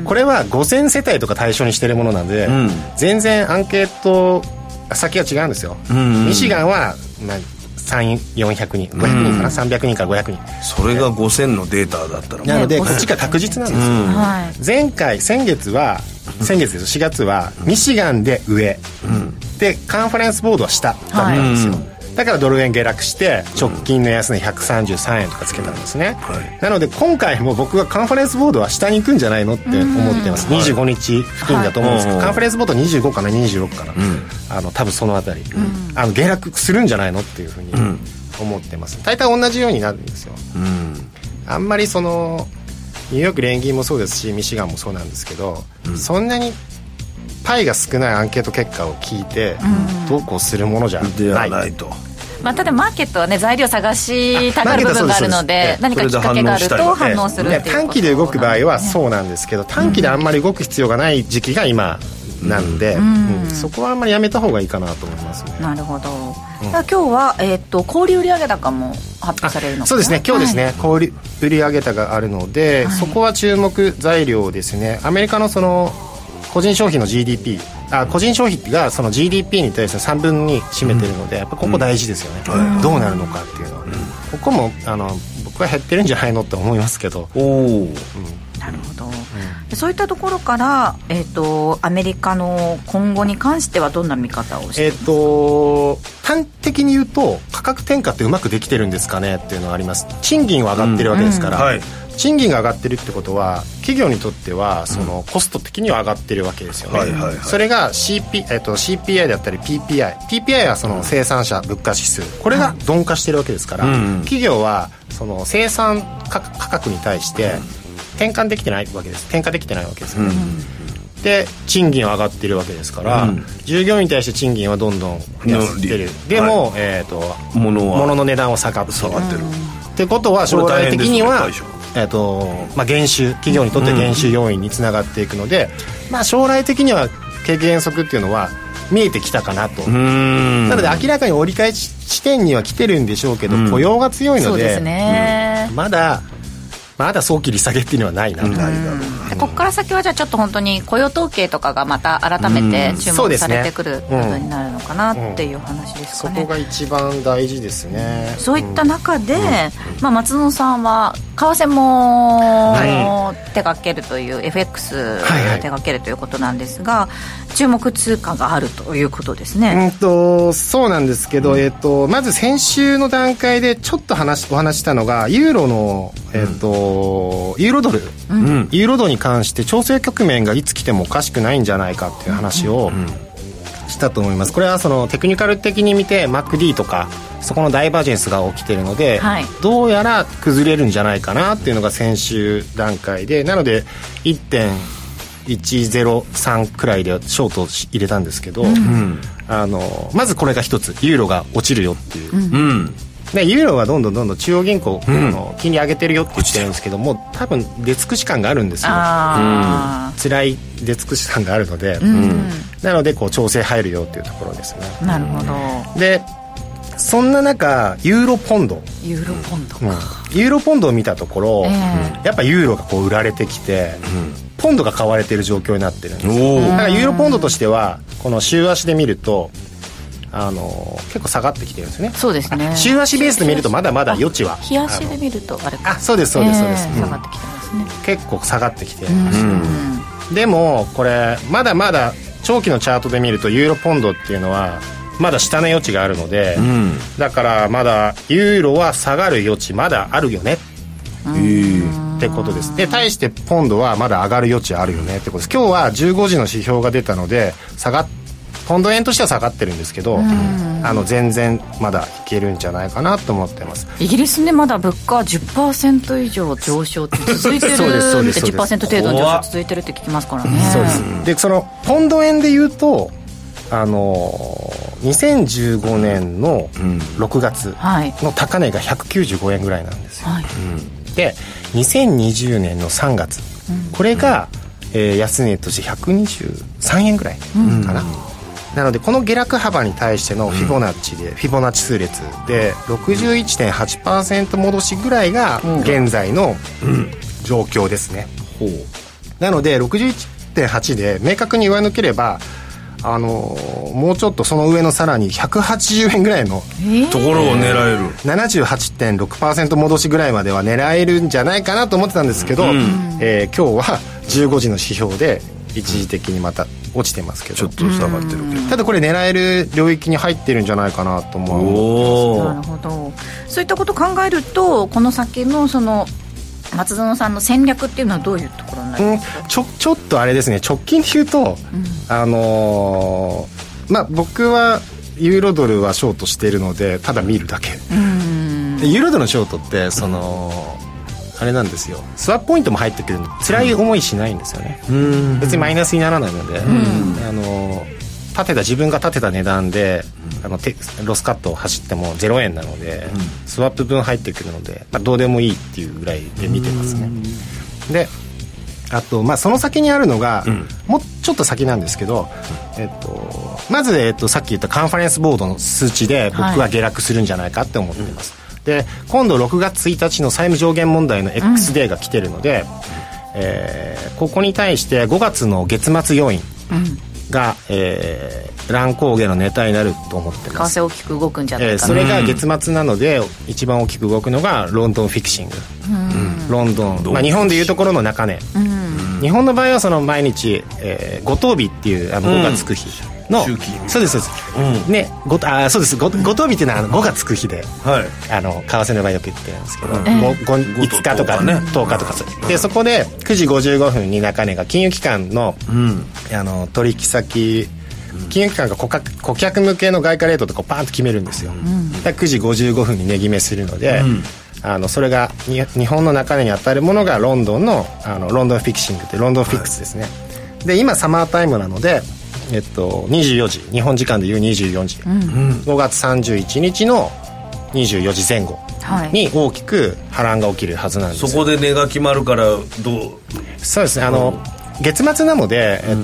Speaker 2: これは5000世帯とか対象にしてるものなんで、
Speaker 4: ん
Speaker 2: 全然アンケート先が違うんですよ、ミシガンは、まあ、3400人500人かな、300人から500人
Speaker 4: それが5000のデータだったら
Speaker 2: なので
Speaker 5: ね
Speaker 2: こっちが確実なんですよ、
Speaker 5: はい、
Speaker 2: 前回先月は先月です4月はミシガンで上、でカンファレンスボードは下だったんですよ、だからドル円下落して直近の安値133円とかつけたんですね、
Speaker 4: はい
Speaker 2: なので今回も僕はカンファレンスボードは下に行くんじゃないのって思ってます、25日付近だと思うんですけど、
Speaker 4: はい
Speaker 2: カンファレンスボード25かな26かな、あの多分そのあたり、あの下落するんじゃないのっていうふうに思ってます大体同じようになるんですよ、あんまりそのニューヨーク連銀もそうですしミシガンもそうなんですけど、そんなにパイが少ないアンケート結果を聞いて、どうこうするものじゃ
Speaker 4: で
Speaker 2: な
Speaker 4: はいないと
Speaker 5: まあ、ただマーケットはね材料探したがる部分があるので
Speaker 2: あ
Speaker 5: 何かきっかけがあると反応するっていうこと
Speaker 2: ね短期で動く場合はそうなんですけど短期であんまり動く必要がない時期が今なんで、うんそこはあんまりやめた方がいいかなと思いますね
Speaker 5: なるほど、さあ今日は、えー、と小売売上高も発表されるのかな
Speaker 2: そうですね今日ですね、小売売上高があるので、そこは注目材料ですねアメリカのその個人消費の GDP あ個人消費がその GDP に対して3分に占めてるので、やっぱここ大事ですよね、どうなるのかっていうのは、ここもあの僕は減ってるんじゃないのって思いますけど
Speaker 4: おお
Speaker 5: なるほど、でそういったところから、えー、とアメリカの今後に関してはどんな見方をして
Speaker 2: えっ、と端的に言うと価格転嫁ってうまくできてるんですかねっていうのはあります賃金は上がってるわけですから、
Speaker 4: うんはい
Speaker 2: 賃金が上がってるってことは企業にとってはそのコスト的には上がってるわけですよね、
Speaker 4: はいはいはい
Speaker 2: それが、CP えっと CPI だったり PPI PPI はその生産者物価指数これが鈍化してるわけですから、
Speaker 4: うんうん
Speaker 2: 企業はその生産価価格に対して転換できてないわけです転嫁できてないわけですよね、で賃金は上がってるわけですから、
Speaker 4: うん
Speaker 2: 従業員に対して賃金はどんどん増やしてる
Speaker 4: の
Speaker 2: でも、
Speaker 4: は
Speaker 2: えっと
Speaker 4: 物は
Speaker 2: 物の値段を下がってる
Speaker 4: 下がってる、
Speaker 2: ってことは将来的に
Speaker 4: こ
Speaker 2: は、
Speaker 4: れ大変ですね
Speaker 2: えっとまあ、減収企業にとって減収要因につながっていくので、まあ、将来的には景気減速っていうのは見えてきたかなと、
Speaker 4: うーん
Speaker 2: なので明らかに折り返し地点には来てるんでしょうけど、雇用が強い
Speaker 5: そ
Speaker 2: の
Speaker 5: う
Speaker 2: で
Speaker 5: ですね、
Speaker 2: まだまだ早期利下げっていうのはないなと、
Speaker 5: でここから先はじゃあちょっと本当に雇用統計とかがまた改めて注
Speaker 2: そう
Speaker 5: 目
Speaker 2: です
Speaker 5: さ
Speaker 2: ね
Speaker 5: れてくることになるのかなっていう話です
Speaker 2: そ
Speaker 5: かね、
Speaker 2: こが一番大事ですね
Speaker 5: そういった中で、まあ、松野さんは為替も手掛けるという、FX を
Speaker 2: はいはい
Speaker 5: 手掛けるということなんですが、注目通貨があるということですね。
Speaker 2: うんとそうなんですけど、えっとまず先週の段階でちょっと話お話ししたのがユーロの、えっとユーロドル、
Speaker 4: うん
Speaker 2: ユーロドルに関して調整局面がいつ来てもおかしくないんじゃないかっていう話を、したと思いますこれはそのテクニカル的に見て MacD とかそこのダイバージェンスが起きてるので、
Speaker 5: はい
Speaker 2: どうやら崩れるんじゃないかなっていうのが先週段階でなので1.103くらいでショートを入れたんですけど、あのまずこれが一つユーロが落ちるよっていう、
Speaker 4: うん
Speaker 2: でユーロはどんどんどんどん中央銀行、あの金利上げてるよって言ってるんですけどもう多分出尽くし感があるんですよ
Speaker 5: あ
Speaker 2: 辛い出尽くし感があるので、なのでこう調整入るよっていうところですね
Speaker 5: あなるほど
Speaker 2: でそんな中ユーロポンド、
Speaker 5: ユーロポンド
Speaker 2: うんユーロポンドを見たところ、やっぱユーロがこう売られてきて、ポンドが買われてる状況になってるんですよ
Speaker 4: おお
Speaker 2: だからユーロポンドとしてはこの週足で見るとあの結構下がってきてるんですよね
Speaker 5: そうですね
Speaker 2: 週足ベースで見るとまだまだ余地は
Speaker 5: 冷やしで見るとあれか
Speaker 2: あそうですそうですそうです
Speaker 5: ええ下がってきてますね、
Speaker 2: 結構下がってきてるんですよでもこれまだまだ長期のチャートで見るとユーロポンドっていうのはまだ下の余地があるので、
Speaker 4: ん
Speaker 2: だからまだユーロは下がる余地まだあるよねってことですで対してポンドはまだ上がる余地あるよねってことです今日は15時の指標が出たので下がっポンド円としては下がってるんですけど、あの全然まだいけるんじゃないかなと思ってます
Speaker 5: イギリスねまだ物価は10%以上上昇って続いてる
Speaker 2: そうですそうです
Speaker 5: って
Speaker 2: そう
Speaker 5: 10%程
Speaker 2: で
Speaker 5: 度の上
Speaker 4: 怖っ
Speaker 5: 昇続いてるって聞きますからね
Speaker 2: そうです、でそのポンド円で言うとあのー2015年の6月
Speaker 5: はい
Speaker 2: の高値が195円ぐらいなんですよ、
Speaker 5: はい
Speaker 2: で2020年の3月、これが、えー安値として123円ぐらいかな、なのでこの下落幅に対してのフィボナッチで、フィボナッチ数列で61.8%戻しぐらいが現在の状況ですね、なので61.8で明確に上抜ければあのーもうちょっとその上のさらに180円ぐらいの
Speaker 4: ところを狙える
Speaker 2: 78.6%戻しぐらいまでは狙えるんじゃないかなと思ってたんですけど、えー今日は15時の指標で一時的にまた落ちてますけ
Speaker 4: ちょ
Speaker 2: ど
Speaker 4: っと下がってるけど
Speaker 2: ただこれ狙える領域に入ってるんじゃないかなと思う
Speaker 4: お
Speaker 5: なる
Speaker 4: お
Speaker 5: ほどそういったことを考えるとこの先のその松園さんの戦略っていうのはどういうところになり
Speaker 2: う
Speaker 5: ま
Speaker 2: ん
Speaker 5: すか、
Speaker 2: ちょちょっとあれですね直近で言うと、あのーまあ僕はユーロドルはショートしてるのでただ見るだけでユーロドルのショートってそのあれなんですよスワップポイントも入ってくるんで辛い思いしないんですよね、別にマイナスにならないので、あの立てた自分が立てた値段で、あのてロスカットを走っても0円なので、スワップ分入ってくるので、まあ、どうでもいいっていうぐらいで見てますね、であと、まあ、その先にあるのが、もうちょっと先なんですけど、えっと、まず、えっと、さっき言ったカンファレンスボードの数値で僕は下落するんじゃないかって思ってます、で今度6月1日の債務上限問題の X デーが来てるので、えーここに対して5月の月末要因が、えー乱高下のネタになると思ってます
Speaker 5: 為替大きく動くんじゃない
Speaker 2: えー
Speaker 5: か
Speaker 2: そ
Speaker 5: な、
Speaker 2: れが月末なので一番大きく動くのがロンドンフィクシング、ロンドン、まあ、日本でいうところの中値、日本の場合はその毎日、えー、五等日っていうあの5がつく日の
Speaker 4: 周期
Speaker 2: そうですそうです、ねごあーそうですごごと日っていうのはあの5がつく日で、
Speaker 4: はい
Speaker 2: あの為替の場合よく言ってるんですけど、
Speaker 4: うん
Speaker 2: ごご
Speaker 4: ご
Speaker 2: 5日とか
Speaker 4: とね
Speaker 2: 10日とかそうでそこで9時55分に中根が金融機関の,、あの取引先金融機関が顧客顧客向けの外貨レートとかをパーンと決めるんですよ、だから9時55分に値決めするので、あのそれがに日本の中根に当たるものがロンドンのあのロンドンフィクシングってロンドンフィックスですね、で今サマータイムなので、えっと、24時日本時間でいう24時、5月31日の24時前後に大きく波乱が起きるはずなんです
Speaker 4: そ
Speaker 2: よ
Speaker 4: こで値が決まるからどう
Speaker 2: そうですねあの、月末なので、えっ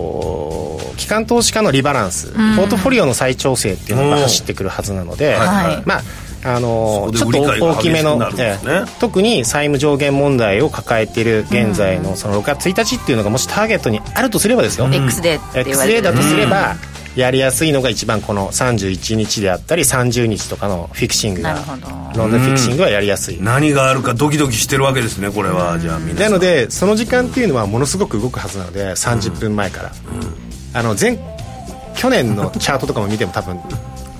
Speaker 2: と機関投資家のリバランス、ポートフォリオの再調整っていうのが走ってくるはずなので、
Speaker 4: はいはい
Speaker 2: まああのち
Speaker 4: そ
Speaker 2: ょ
Speaker 4: こ
Speaker 2: っ
Speaker 4: で
Speaker 2: と
Speaker 4: 売り買いが
Speaker 2: 大きめの
Speaker 4: 激しくなるんですね
Speaker 2: ええ特に債務上限問題を抱えている現在のその6月1日っていうのがもしターゲットにあるとすればですよ、
Speaker 3: X デーって言わ
Speaker 2: X レ
Speaker 3: れ
Speaker 2: ー
Speaker 3: てる
Speaker 2: だとすれば、やりやすいのが一番この31日であったり30日とかのフィクシング
Speaker 3: な
Speaker 2: が
Speaker 3: るほど
Speaker 2: ロンドンフィクシングはやりやすい、
Speaker 4: 何があるかドキドキしてるわけですねこれはじゃあみんな
Speaker 2: なのでその時間っていうのはものすごく動くはずなので30分前から、あの前去年のチャートとかも見ても多分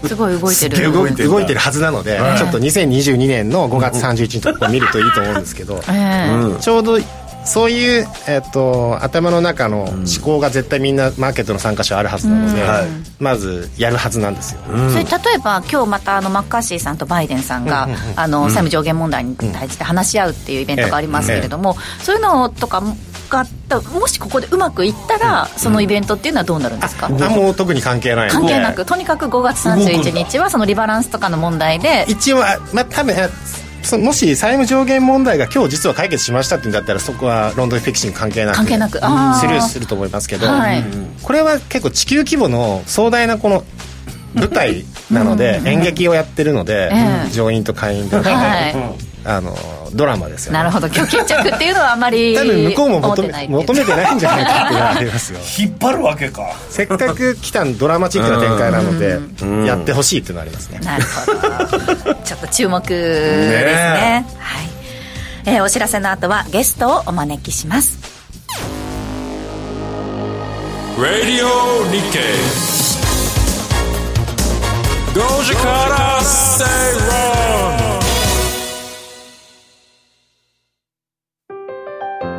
Speaker 3: すごい動いてる
Speaker 2: 動いてる動いてるはずなので、ちょっと2022年の5月31日とか見るといいと思うんですけど、
Speaker 3: ええ
Speaker 2: ちょうどそういう、えっと頭の中の思考が絶対みんなマーケットの参加者あるはずなので、
Speaker 4: はい
Speaker 2: まずやるはずなんですよ、
Speaker 3: それ例えば今日またあのマッカーシーさんとバイデンさんがあの債務上限問題に対して話し合うっていうイベントがありますけれどもそういうのとかがあったもしここでうまくいったらそのイベントっていうのはどうなるんですか
Speaker 2: 何も特に関係ないの
Speaker 3: 関
Speaker 2: で
Speaker 3: 係なくとにかく5月31日はそのリバランスとかの問題で
Speaker 2: 一応あまあ多分あそもし債務上限問題が今日実は解決しましたっていうんだったらそこはロンドンフィクシング関係なく
Speaker 3: 関係なく
Speaker 2: うん
Speaker 3: あー
Speaker 2: スルーすると思いますけど、
Speaker 3: はい
Speaker 2: うんこれは結構地球規模の壮大なこの舞台なので演劇をやってるので、
Speaker 3: ええ
Speaker 2: 上院と下院で、
Speaker 3: は
Speaker 2: あのドラマですよ、ね、
Speaker 3: なるほど今日決着っていうのはあまり
Speaker 2: 多分向こうも
Speaker 3: 思っ
Speaker 2: 求
Speaker 3: て
Speaker 2: め
Speaker 3: ないっていう
Speaker 2: 求めてないんじゃないかっていうのはあり
Speaker 3: [LAUGHS]
Speaker 2: ますよ
Speaker 4: 引っ張るわけか
Speaker 2: せっかく来たドラマチックな展開なので、やってほしいっていうのはありますね
Speaker 3: なるほどちょっと注目ですね
Speaker 4: ね
Speaker 3: はいえーお知らせの後はゲストをお招きします
Speaker 8: 5時から正論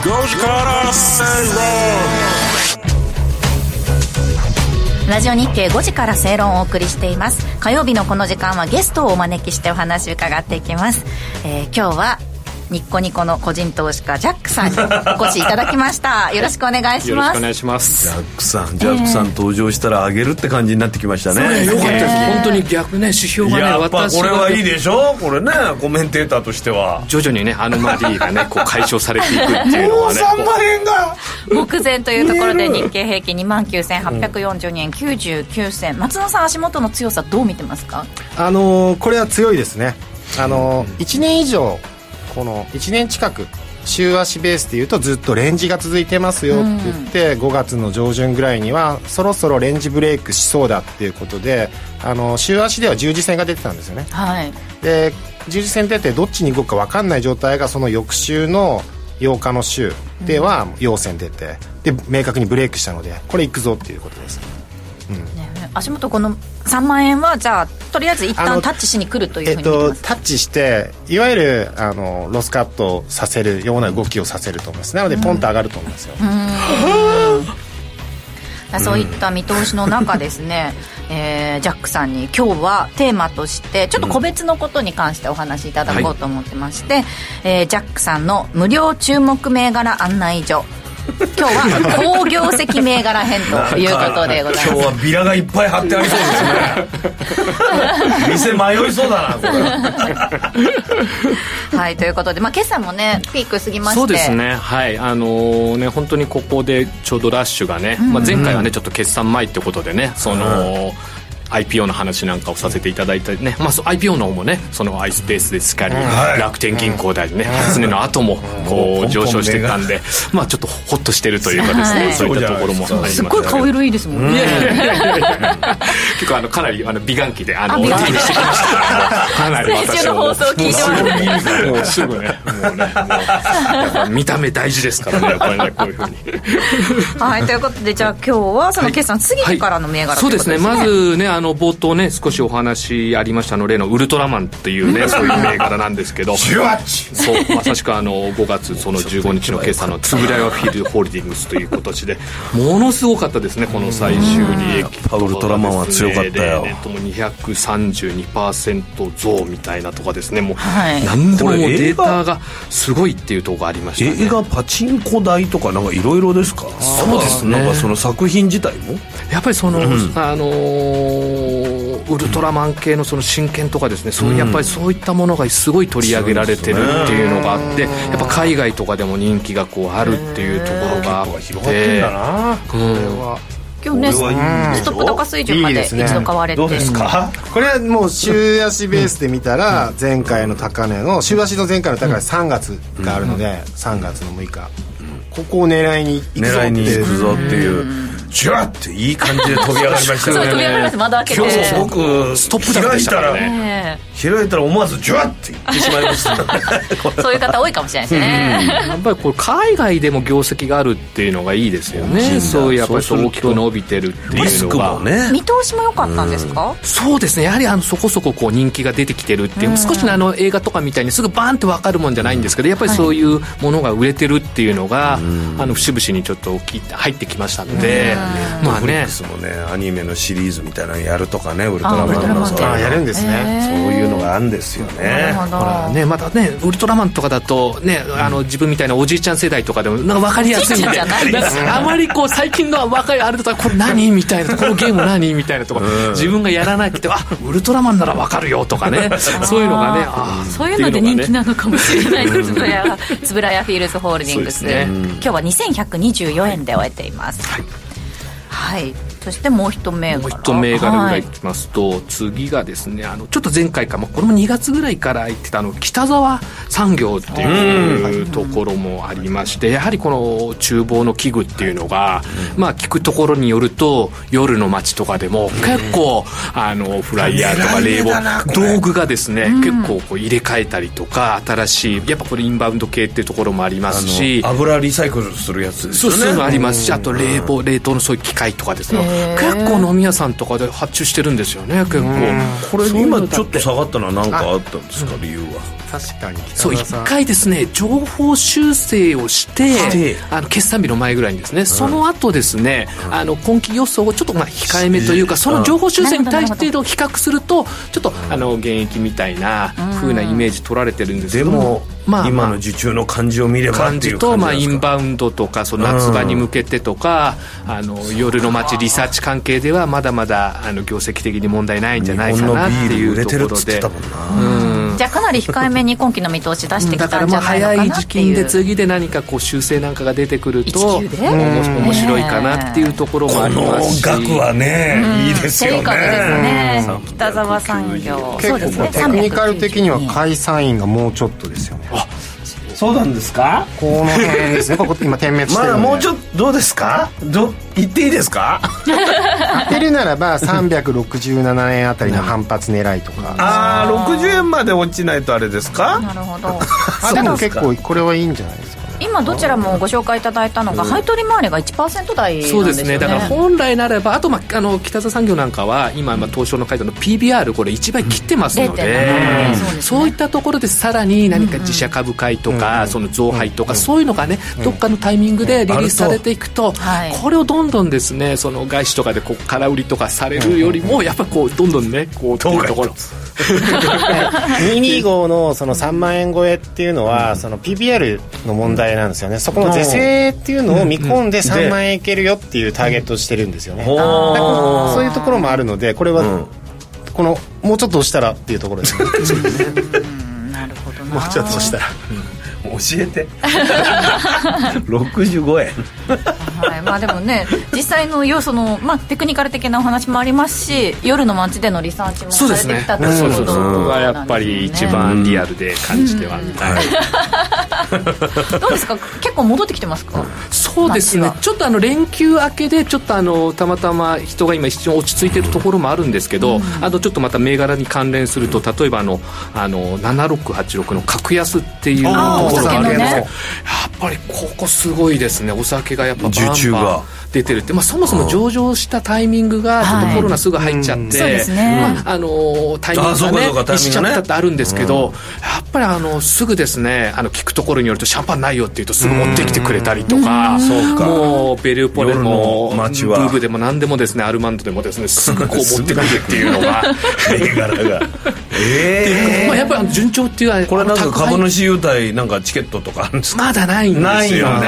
Speaker 8: 5時から正論
Speaker 9: ラジオ日経5時から正論をお送りしています火曜日のこの時間はゲストをお招きしてお話を伺っていきます、えー今日はニッコニコの個人投資家ジャックさんにお越しいただきましたよろしくお願いし
Speaker 10: よろし
Speaker 9: ま
Speaker 10: くお
Speaker 9: す
Speaker 10: 願いします
Speaker 4: ジャックさんジャックさん登場したら上げるって感じになってきましたね
Speaker 10: ね良かったです本当に逆ね指標がね
Speaker 4: やっぱ
Speaker 10: 私
Speaker 4: これ
Speaker 10: が
Speaker 4: はいいでしょこれねコメンテーターとしては
Speaker 10: 徐々にねアノマリーがねこう解消されていくっていうのはねこ
Speaker 9: 目前というところで日経平均2万9842円99銭松野さん足元の強さどう見てますか
Speaker 2: あのーこれは強いですね、あのー1年以上この1年近く週足ベースでいうとずっとレンジが続いてますよって言って、5月の上旬ぐらいにはそろそろレンジブレイクしそうだっていうことで、あのー週足では十字線が出てたんですよね
Speaker 3: はい
Speaker 2: で十字線出てどっちに動くか分かんない状態がその翌週の8日の週では陽線出てで明確にブレイクしたのでこれいくぞっていうことです
Speaker 9: ね足元この3万円はじゃあとりあえず一
Speaker 2: あ
Speaker 3: 一
Speaker 2: の
Speaker 3: 旦タッチしに来るとい
Speaker 2: え
Speaker 3: うふう
Speaker 2: っ
Speaker 3: に見て
Speaker 2: と、
Speaker 3: ます
Speaker 2: タッチしていわゆるあのロスカットをさせるような動きをさせると思いますなのでポンと上がると思いますよ、
Speaker 3: そういった見通しの中ですね、えージャックさんに今日はテーマとしてちょっと個別のことに関してお話しいただこうと思ってまして、えージャックさんの無料注目銘柄案内所今日は好業績銘柄編ということでございます
Speaker 4: 今日はビラがいっぱい貼ってありそうですね店迷いそうだなこれ
Speaker 3: [LAUGHS] はい、ということで、まあ、決算もね、ピーク過ぎまして。
Speaker 10: そうですね、はいあのーね本当にここでちょうどラッシュがね、まあ、前回はねちょっと決算前ってことでね、その IPO の話なんかをさせていただいたりね、まあ、そう IPO の方もねその iSpace でしかり、
Speaker 4: はい
Speaker 10: 楽天銀行でね、初値の後もこう上昇してたんで、まあ、ちょっとホッとしてるというかですね、
Speaker 3: はい
Speaker 10: そういったところもありました
Speaker 3: すっ
Speaker 10: け
Speaker 3: ごい
Speaker 10: ど
Speaker 3: 顔色いいですもんね。
Speaker 10: [LAUGHS] 結構あのかなりあの美顔器であの
Speaker 3: あ
Speaker 10: 手
Speaker 3: 美
Speaker 10: に
Speaker 3: 顔器
Speaker 10: してきました [LAUGHS] かなり
Speaker 3: 先週の放送聞いてます
Speaker 10: もうすぐねもうねもうやっぱ見た目大事です [LAUGHS] からねやっぱりねこういうふうに
Speaker 3: はい、ということで、じゃあ今日はその決算過ぎてからの銘柄と
Speaker 10: そう
Speaker 3: い
Speaker 10: で
Speaker 3: こ
Speaker 10: す
Speaker 3: と
Speaker 10: ねまずねあの冒頭ね少しお話ありましたあの例のウルトラマンっていう [LAUGHS] ねそういう銘柄なんですけどそうまさしくあの5月その15日の決算の円谷フィールホールディングスという今年でものすごかったですねこの最終利益
Speaker 4: ぱウルトラマンは強かったよ
Speaker 10: ねとも232%増みたいなとかですねもう、
Speaker 3: はい
Speaker 10: 何でももう
Speaker 4: これ
Speaker 10: デ
Speaker 4: 映
Speaker 10: ー
Speaker 4: 画
Speaker 10: タがすごいっていうところがありましたね
Speaker 4: 映画パチンコ台とかなんかいろいろですかそうですねなんかその作品自体も
Speaker 10: やっぱりその、あのーウルトラマン系のその真剣とかですね、そういうやっぱりそういったものがすごい取り上げられてるっていうのがあって、やっぱ海外とかでも人気がこうあるっていうところがあって、
Speaker 3: 今日ね、
Speaker 4: これはいい
Speaker 3: ストップ高水準まで一度買われて。
Speaker 4: どうですか
Speaker 2: これはもう週足ベースで見たら前回の高値の週足の前回の高値3月があるので3月の6日ここを狙いに行くぞっ
Speaker 4: 狙いに行く
Speaker 2: て
Speaker 4: ぞっていうジュワッていい感じで飛び上がりました
Speaker 3: そう、飛び上がります、窓開けて。
Speaker 4: 今日僕ストップ高でしたからね
Speaker 3: え
Speaker 4: 開いたら思わずジュワッていってしまい
Speaker 10: [LAUGHS]
Speaker 4: ました
Speaker 3: えそういう方多いかもしれないですね。
Speaker 10: やっぱりこれ海外でも業績があるっていうのがいいですよね。そうやっぱりそう大きく伸びてるって
Speaker 4: リ
Speaker 10: い
Speaker 4: ス
Speaker 10: うの
Speaker 4: ク
Speaker 10: が
Speaker 4: も。ね
Speaker 3: 見通しも良かったんですか。
Speaker 10: そうですねやはりあのそこそここう人気が出てきてるっていう、少しねあの映画とかみたいにすぐバーンって分かるもんじゃないんですけどやっぱりそういうものが売れてるっていうのが、あの節々にちょっと聞いて入ってきましたので、まあ
Speaker 4: フリッ
Speaker 10: ね
Speaker 4: クスもねアニメのシリーズみたいなのやるとかねウルトラマン
Speaker 3: あウルトラマ
Speaker 4: の
Speaker 3: ン
Speaker 4: そう
Speaker 2: ああやるんですね
Speaker 4: そういうのがあるんですよね
Speaker 3: なる
Speaker 10: ほらね、またねウルトラマンとかだと、ね、あの自分みたいなおじいちゃん世代とかでもなんか分かりやすいみたい
Speaker 3: おじいちゃ
Speaker 10: なん
Speaker 3: じゃないです
Speaker 10: あまりこう最近の若いあれだとこれ何みたいなこのゲーム何みたいなとか、自分がやらなくてあウルトラマンなら分かるよとかねそういうのがねあー
Speaker 3: そういうので人気
Speaker 10: っていうがね
Speaker 3: なのかもしれないですね。つぶらやフィールズホールディングス。
Speaker 10: そうですね
Speaker 3: 今日は2124円で終えています。はい。そしてもう一銘柄。
Speaker 10: もう一銘柄ぐら
Speaker 3: はい
Speaker 10: いきますと、次がですねあのちょっと前回か、まあ、これも2月ぐらいから言ってたあの北沢産業っていうところもありましてやはりこの厨房の器具っていうのが、まあ聞くところによると夜の街とかでも結構あのフライヤーとか冷房道具がですね結構こう入れ替えたりとか新しいやっぱこれインバウンド系っていうところもありますし
Speaker 4: 油リサイクルするやつです
Speaker 10: そう
Speaker 4: よね
Speaker 10: そういうのありますしあと冷房冷凍のそういう機械とかですね結構飲み屋さんとかで発注してるんですよね結構
Speaker 4: これ今ちょっと下がったのは何かあったんですか理由は
Speaker 2: 確かに
Speaker 10: そう
Speaker 2: 北
Speaker 10: 一
Speaker 2: 田さん
Speaker 10: 回ですね情報修正をして
Speaker 4: して
Speaker 10: あの決算日の前ぐらいにですね、その後ですね、あの今期予想をちょっとまあ控えめというかその情報修正に対しての比較するとちょっとあの現役みたいな風なイメージ取られてるんですけ
Speaker 4: で
Speaker 10: ど
Speaker 4: も
Speaker 10: まあまあ
Speaker 4: 今の受注の感じを見れば
Speaker 10: 感
Speaker 4: ってい
Speaker 10: じ
Speaker 4: う感
Speaker 10: と、
Speaker 4: じ
Speaker 10: ま
Speaker 4: な
Speaker 10: あ、
Speaker 4: ん
Speaker 10: イ
Speaker 4: です
Speaker 10: ン
Speaker 4: か
Speaker 10: バウンドとかその夏場に向けてとか、あの夜の街リサーチ関係ではまだまだあの業績的に問題ないんじゃない
Speaker 4: 日
Speaker 10: か
Speaker 4: 本の
Speaker 10: なっ
Speaker 4: ビ
Speaker 10: て
Speaker 4: ー
Speaker 10: い
Speaker 4: ル売
Speaker 10: う
Speaker 4: れ
Speaker 10: と
Speaker 4: て
Speaker 10: こ
Speaker 4: るっ
Speaker 10: ろ
Speaker 4: つって
Speaker 10: で
Speaker 4: た。もんな
Speaker 3: じゃあかなり控えめに今期の見通し出してき
Speaker 10: だか
Speaker 3: た
Speaker 10: ら
Speaker 3: んじ
Speaker 10: まあ
Speaker 3: ゃないの
Speaker 10: 早
Speaker 3: か
Speaker 10: い
Speaker 3: なっ
Speaker 10: 時
Speaker 3: て
Speaker 10: 期
Speaker 3: い
Speaker 10: で
Speaker 3: う。
Speaker 10: 次期で何かこう修正なんかが出てくると
Speaker 3: 19で
Speaker 10: 面面白いかなっていうところもあ
Speaker 4: こ
Speaker 10: り
Speaker 4: の
Speaker 10: ますし
Speaker 4: 額はね、いいです
Speaker 3: 正
Speaker 4: よね
Speaker 3: 確ですね。北沢産業。そうで
Speaker 2: 結
Speaker 3: す
Speaker 2: 構
Speaker 3: ね。
Speaker 2: テクニカル的には
Speaker 3: 392
Speaker 2: 会サインがもうちょっとですよね
Speaker 11: そうなんですか
Speaker 2: この辺ですねここ今点滅して
Speaker 4: ま
Speaker 2: る
Speaker 4: あ
Speaker 2: んで
Speaker 4: もうちょっとどうですかど言っていいです [LAUGHS] か
Speaker 2: 当てるならば367円あたりの反発狙いとか
Speaker 4: ああ60円まで落ちないとあれですか
Speaker 3: なるほど。
Speaker 2: あでも結構これはいいんじゃないですかね
Speaker 3: 今どちらもご紹介いただいたのが配当利回りが1%台なんです
Speaker 10: そ
Speaker 3: よ
Speaker 10: う
Speaker 3: ね
Speaker 10: ですねだから本来ならばあと、まあ、あの北澤産業なんかは今、まあ、東証の会社の PBR これ1倍切ってますので,、
Speaker 3: 0.7そうですね
Speaker 10: そういったところでさらに何か自社株買いとか、その増配とか、そういうのがね、どっかのタイミングでリリースされていくと、
Speaker 3: はい
Speaker 10: これをどんどんですねその外資とかでこう空売りとかされるよりもやっぱこうどんどんねこうっていうところ
Speaker 2: 225のその3万円超えっていうのはその PBR の問題なんですよねそこの是正っていうのを見込んで3万円いけるよっていうターゲットをしてるんですよねだからこうそういうところもあるのでこれはこのもうちょっと押したらっていうところですね
Speaker 3: なるほどな
Speaker 2: もう [LAUGHS] ちょっと押したら
Speaker 4: 教え [LAUGHS] て65円
Speaker 3: はい、まあでもね実際の要素の、まあ、テクニカル的なお話もありますし夜の街でのリサーチも
Speaker 10: そうで
Speaker 3: さ
Speaker 10: す
Speaker 3: れて
Speaker 10: ね
Speaker 3: きたと
Speaker 10: そ
Speaker 3: い
Speaker 10: う
Speaker 3: うこ
Speaker 10: そう
Speaker 3: と
Speaker 10: そ
Speaker 3: なんですよね
Speaker 10: こがやっぱり一番リアルで感じてはみたいな。
Speaker 3: どうですか結構戻ってきてますか、
Speaker 10: そうです
Speaker 3: 街
Speaker 10: ね
Speaker 3: は
Speaker 10: ちょっとあの連休明けでちょっとあのたまたま人が今一瞬落ち着いてるところもあるんですけど、あとちょっとまた銘柄に関連すると例えばあのあの7686の格安っていうところ
Speaker 3: あー
Speaker 10: があるんですけどや
Speaker 3: お酒のね
Speaker 10: っぱりここすごいですねお酒がやっぱバン
Speaker 4: 受注
Speaker 10: バン
Speaker 4: が
Speaker 10: 出てるって、まあ、そもそも上場したタイミングがちょっとコロナすぐ入っちゃって、
Speaker 3: そうですね
Speaker 10: まあ、あのタイミン
Speaker 4: あーそうかそう
Speaker 10: グが
Speaker 4: かタ
Speaker 10: ね
Speaker 4: イミングね
Speaker 10: 一緒だったってあるんですけど、やっぱりあのすぐですねあの聞くところによるとシャンパンないよって言うとすぐ持ってきてくれたりとか、
Speaker 4: そうか
Speaker 10: もうベルポでも
Speaker 4: 夜の街
Speaker 10: ブ
Speaker 4: は
Speaker 10: ーブでも何でもですねアルマンドでもですねすぐこう持ってくるっていうのが
Speaker 4: 銘 [LAUGHS] 柄がえ
Speaker 10: まあやっぱりあの順調っていうのは
Speaker 4: これなんか
Speaker 10: 高い
Speaker 4: 株主優待なんかチケットとかあるんですか
Speaker 10: まだないんですよ
Speaker 4: な
Speaker 10: ね
Speaker 4: いよね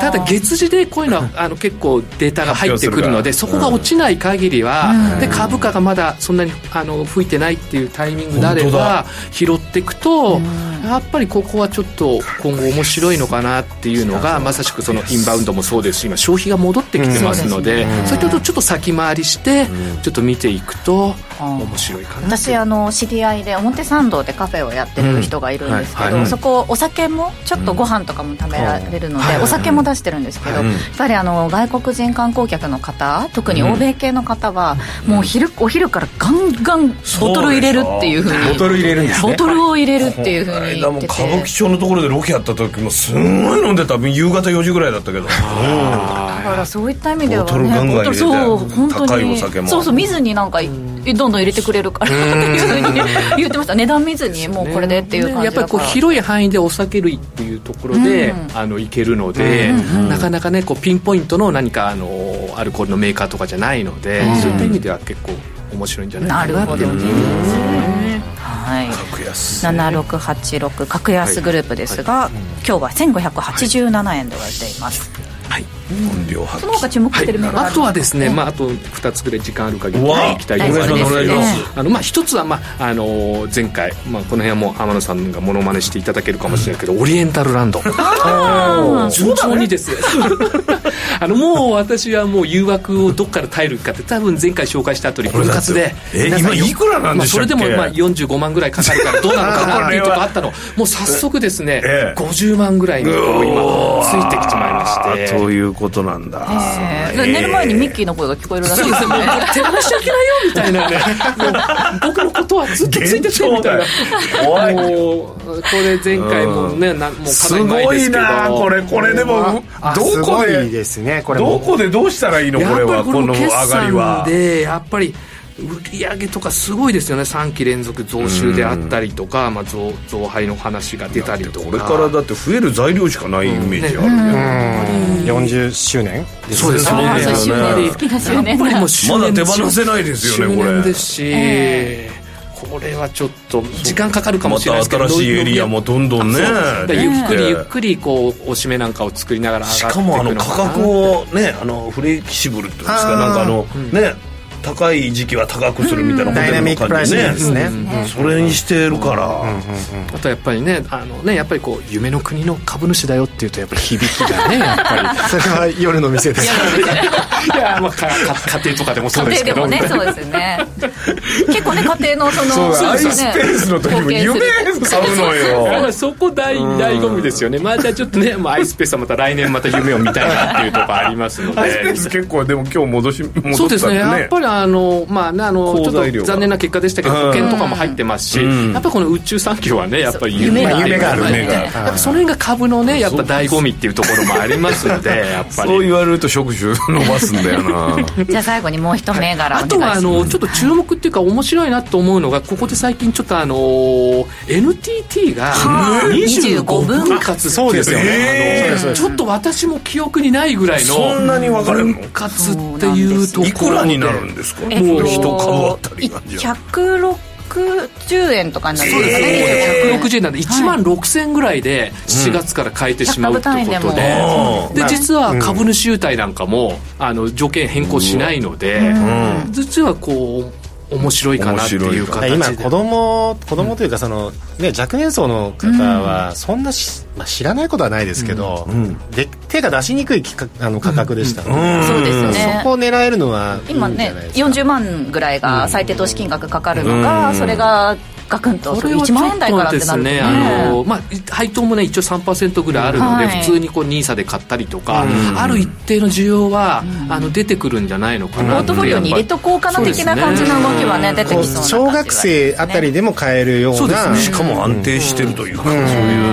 Speaker 10: ただ月次でこういうのはあの結構データが入ってくるので
Speaker 4: 発
Speaker 10: そ
Speaker 4: 表するから
Speaker 10: こが落ちない限りは、で株価がまだそんなにあの吹いてないっていうタイミングであれ
Speaker 4: 本当
Speaker 10: ば
Speaker 4: だ
Speaker 10: 拾っていくと、やっぱりここはちょっと今後面白いのかなっていうのがまさしくそのインバウンドもそうですし今消費が戻ってきてますので,、そういったとちょっと先回りしてちょっと見ていくと面白いかなってい
Speaker 3: 私
Speaker 10: う
Speaker 3: あの知り合いで表参道でカフェをやってる人がいるんですけど、
Speaker 10: うんはいはい
Speaker 3: そこお酒もちょっとご飯とかも食べられるので、お酒も出してるんですけど、やっぱりあの外国人観光客の方特に欧米系の方は、もう昼お昼からガンガンボトル入れるっていうふうにボトル入れるんです、ね、ボトルを入れるっていうふうに
Speaker 4: この間
Speaker 3: 言
Speaker 4: も
Speaker 3: ってて
Speaker 4: 歌舞伎町のところでロケやった時もすんごい飲んでた夕方4時ぐらいだったけど
Speaker 3: だからそういった意味ではね
Speaker 4: ボトルガンガン入れて
Speaker 3: そう本当に
Speaker 4: 高いお酒も
Speaker 3: そうそう見ずになんかいどんどん入れてくれるからっていうふうに [LAUGHS] 言ってました値段見ずにもうこれでっていう感じ
Speaker 10: や
Speaker 3: だ
Speaker 10: っ
Speaker 3: か
Speaker 10: ぱ
Speaker 3: ら
Speaker 10: りこう広い範囲でお酒類っていうところで、あのいけるので、なかなかねこうピンポイントの何かあのアルコールのメーカーとかじゃないので、そういった意味では結構面白いんじゃない
Speaker 3: な
Speaker 10: か
Speaker 3: る
Speaker 10: な
Speaker 3: ほどねはい
Speaker 4: 格安
Speaker 3: 7686格安グループですが、今日は1587円で売られています、
Speaker 4: 音量発
Speaker 3: その他注目してる銘柄
Speaker 10: あとはですね、まあ、あと2つぐらい時間ある限り
Speaker 4: うわ
Speaker 10: 行きたいと思います
Speaker 3: はい
Speaker 10: あの
Speaker 3: お願いします
Speaker 10: あの、まあ、一つは、まああのー前回、まあ、この辺はもう天野さんがモノマネしていただけるかもしれないけどオリエンタルランド順調にですね [LAUGHS] あのもう私はもう誘惑をどっから耐えるかって多分前回紹介した後に
Speaker 4: れ
Speaker 10: 分
Speaker 4: だって
Speaker 10: 割で
Speaker 4: え
Speaker 10: 皆さん
Speaker 4: 今いくらなんでしたっけ
Speaker 10: まあそれでもまあ45万ぐらいかかるからどうなのかなっていうとこあったのもう早速ですね、
Speaker 4: ええ
Speaker 10: 50万ぐらいにこう今ついてきてまいりまして
Speaker 4: ということなんだ
Speaker 3: えー寝る前にミッキーの声が聞こえるらしい
Speaker 10: そう
Speaker 3: で
Speaker 10: です
Speaker 3: す
Speaker 10: ね、もう
Speaker 3: ね
Speaker 10: これ手放しちゃいけないよみたいなね、もう僕のことはずっとついててみたいな、
Speaker 4: 怖い
Speaker 10: もうこれ、前回もね、なもうか
Speaker 4: す
Speaker 10: なり前
Speaker 4: ご
Speaker 10: で
Speaker 4: い
Speaker 10: すけど、
Speaker 4: なこれこれでも
Speaker 2: あ
Speaker 4: ど
Speaker 2: す
Speaker 4: こ
Speaker 2: ごい
Speaker 4: で
Speaker 2: ですねこれ
Speaker 4: ど
Speaker 2: も
Speaker 4: こでどうしたらいいのこれ
Speaker 10: やっぱ
Speaker 4: は
Speaker 10: り
Speaker 4: こ
Speaker 10: こ
Speaker 4: の
Speaker 10: の
Speaker 4: 上
Speaker 10: 決
Speaker 4: がりは
Speaker 10: 算で、やっぱり売り上げとかすごいですよね、3期連続増収であったりとか、まあ、増増配の話が出たりとか。
Speaker 4: これからだって増える材料しかないイメージあるよ
Speaker 2: 40周年
Speaker 10: そうですね。
Speaker 3: あーそう
Speaker 4: 周年
Speaker 10: やっぱりやっぱりもう周年
Speaker 4: まだ手放せないですよねこれ
Speaker 10: 周年ですし、これはちょっと時間かかるかもしれないですけど、
Speaker 4: また新しいエリアもどんどんね
Speaker 10: そうだからゆっく
Speaker 4: ええ
Speaker 10: りゆっくりこうおしめなんかを作りながら上
Speaker 4: し
Speaker 10: がって
Speaker 4: か
Speaker 10: いくの
Speaker 4: もあ
Speaker 10: かな
Speaker 4: の価格をねあのフレキシブルっていうんですかなんかあのね高い時期は高くするみたいなホ
Speaker 2: ダイナ
Speaker 4: テ
Speaker 2: ミッ
Speaker 4: ルの
Speaker 2: クプラ
Speaker 4: 感
Speaker 2: イ
Speaker 4: じ
Speaker 2: シン
Speaker 4: ね
Speaker 2: グですね、
Speaker 4: それにしてるから
Speaker 10: あとやっぱりねあのねやっぱりこう夢の国の株主だよっていうとやっぱり響きがねやっぱり
Speaker 2: そ
Speaker 4: [LAUGHS]
Speaker 2: れは夜の店です
Speaker 10: いやまあかか家庭とかでもそうで
Speaker 3: [LAUGHS] 家
Speaker 10: す
Speaker 3: 庭
Speaker 10: け
Speaker 3: で
Speaker 10: ど
Speaker 3: もねそうですね結構ね家庭のその
Speaker 4: アイ
Speaker 3: です
Speaker 4: スペースの時も夢買うの
Speaker 10: ま
Speaker 4: よ
Speaker 10: あそこ大醍醐味ですよね、まあ、じゃあちょっとね、まあ、アイスペースはまた来年また夢を見たいなっていうところありますの
Speaker 4: アイスペ
Speaker 10: で
Speaker 4: ー。ス結構でも今日戻し戻ったん
Speaker 10: そうですねやっぱりあはあの、まあね、あのちょ
Speaker 4: 好材
Speaker 10: っ
Speaker 4: 料
Speaker 10: と
Speaker 4: が
Speaker 10: 残念な結果でしたけど、保険とかも入ってますし、
Speaker 4: うん
Speaker 10: やっぱりこの宇宙産業はね、やっぱり
Speaker 3: 夢がある
Speaker 10: 夢がある、
Speaker 4: 夢がある
Speaker 10: やっぱその辺が株のね、やっぱ醍醐味っていうところもありますので、やっぱり。
Speaker 4: そう言われると触手伸ばすんだよな
Speaker 10: [LAUGHS]
Speaker 3: じゃあ最後にもう一銘柄お願いします
Speaker 10: あとはあのちょっと注目っていうか面白いなと思うのがここで最近ちょっとあの NTT が25分割ってい
Speaker 2: そうですよね
Speaker 10: あのちょっと私も記憶にないぐらいの
Speaker 4: そんなに分かれるの
Speaker 10: 分割っていうところで
Speaker 4: いくらになるんですか
Speaker 3: えっと
Speaker 4: もう一株あたりが
Speaker 3: 160円とかになるん
Speaker 10: そう
Speaker 3: で
Speaker 10: ですす
Speaker 3: か
Speaker 10: ね
Speaker 3: ね
Speaker 10: 160円なんで1万6000ぐらいで7月から変えてしまうっていうことで,、
Speaker 4: うん
Speaker 10: で実は株主優待なんかもあの条件変更しないので、実はこう面白いかなっていう形で
Speaker 2: 今子供子供というかその、ね、若年層の方はそんなし、まあ、知らないことはないですけど、で手が出しにくいきかあの価格でしたので、
Speaker 3: そうですね
Speaker 2: そこを狙えるのは
Speaker 3: 今
Speaker 2: いいんじ
Speaker 3: ね
Speaker 2: ゃないですか
Speaker 3: 40万ぐらいが最低投資金額かかるのがそれがガクンと
Speaker 10: これは
Speaker 3: 1万円台からってなると
Speaker 10: ちょっとですね
Speaker 3: ね
Speaker 10: あのまあ、配当もね一応3%ぐらいあるので、
Speaker 3: はい
Speaker 10: 普通にこう NISA で買ったりとか、ある一定の需要は、あの出てくるんじゃないのか
Speaker 3: ポ
Speaker 10: な
Speaker 3: ートフォリオに入れとこうかな的な感じの動きはね出て
Speaker 2: こ
Speaker 3: き
Speaker 2: う
Speaker 3: そうな感じは
Speaker 2: 小学生あたりでも買えるような
Speaker 10: そうですね
Speaker 4: しかも安定してるというか、そういう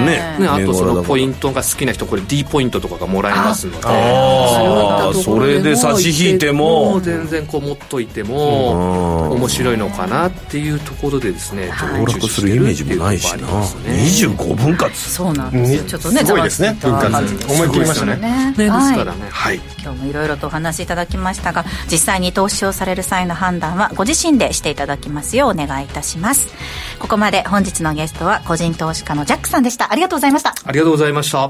Speaker 4: ね
Speaker 10: ね、あとそのポイ
Speaker 4: ン
Speaker 10: ントが好きな人これ D ポイントとかがもらえますので
Speaker 4: あ
Speaker 10: う
Speaker 4: ー
Speaker 10: いったところも
Speaker 4: それで差し引いても
Speaker 10: う全然こう持っといても面白いのかなっていうところでですね
Speaker 4: 暴落するイメージもないしな、25分割
Speaker 3: そうなんですよちょっと
Speaker 2: す
Speaker 3: ね
Speaker 2: ごいですね
Speaker 3: ざわついた感じ
Speaker 2: 分割思い切りましたね
Speaker 3: ね
Speaker 10: ね、です
Speaker 3: はい
Speaker 10: からね、はい、
Speaker 3: 今日もいろいろとお話しいただきましたが実際に投資をされる際の判断はご自身でしていただきますようお願いいたしますここまで本日のゲストは個人投資家のジャックさんでしたありがとうございました
Speaker 10: ありがとうございました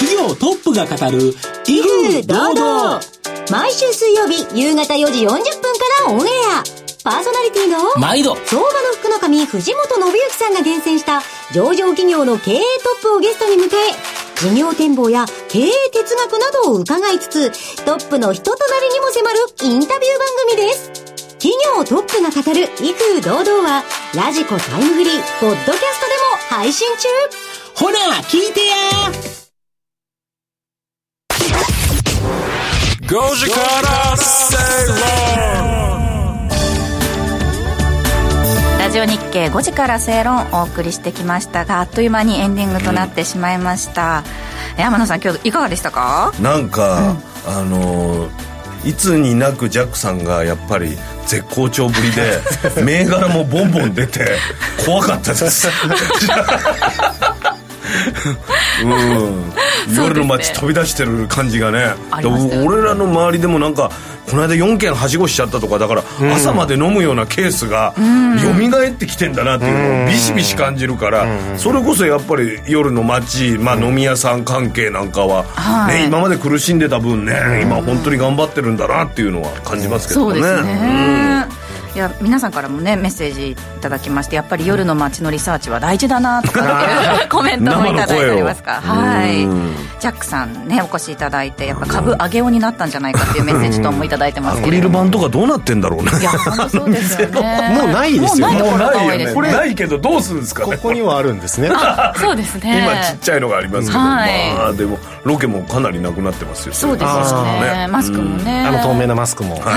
Speaker 1: 企業トップが語る企業堂々
Speaker 12: 毎週水曜日夕方4時40分からオンエアパーソナリティの
Speaker 1: 毎度
Speaker 12: 相場の福の神藤本信之さんが厳選した上場企業の経営トップをゲストに迎え事業展望や経営哲学などを伺いつつトップの人となりにも迫るインタビュー番組です企業トップが語る威風堂々はラジコタイムフリーポッドキャストでも配信中
Speaker 1: ほら聞いてや
Speaker 4: 5時から
Speaker 3: ラジオ日経5時から正論をお送りしてきましたがあっという間にエンディングとなってしまいました、え天野さん今日いかがでしたか
Speaker 4: なんか、あのーいつになくジャックさんがやっぱり絶好調ぶり
Speaker 3: [LAUGHS]
Speaker 4: で銘柄もボンボン出て怖かったです。うん、夜の街飛び出してる感じがね
Speaker 3: ありましたよね
Speaker 4: で俺らの周りでもなんかこの間4軒はしごしちゃったとかだから朝まで飲むようなケースが蘇ってきてんだなっていうのをビシビシ感じるからそれこそやっぱり夜の街、まあ、飲み屋さん関係なんかは、
Speaker 3: はい
Speaker 4: ね、今まで苦しんでた分ね今本当に頑張ってるんだなっていうのは感じますけ
Speaker 3: そ
Speaker 4: ど
Speaker 3: う
Speaker 4: ね。
Speaker 3: ですね。いや皆さんからもねメッセージいただきましてやっぱり夜の街のリサーチは大事だなとかっていうコメントもいただいておりますか
Speaker 4: 生の声を
Speaker 3: はい
Speaker 4: うん
Speaker 3: ジャックさんねお越しいただいてやっぱ株上げおになったんじゃないかっていうメッセージともいただいてま
Speaker 4: ア
Speaker 3: す
Speaker 4: ク
Speaker 3: け
Speaker 4: リ
Speaker 3: れ
Speaker 4: ル
Speaker 3: ども
Speaker 4: 板とかどうなってんだろうね。
Speaker 3: いや本当 [LAUGHS] そうですよね
Speaker 2: もうないですよ
Speaker 3: もうないところが多いです
Speaker 4: これないけどどうするんですか
Speaker 2: こ
Speaker 4: ね
Speaker 2: こにはあるんですね
Speaker 3: そうですね
Speaker 4: 今ちっちゃいのがありますけど、
Speaker 3: はい
Speaker 4: まあでもロケもかなりなくなってますよ
Speaker 3: そうですよねマスクもね
Speaker 2: あの透明なマスクも、
Speaker 4: はいは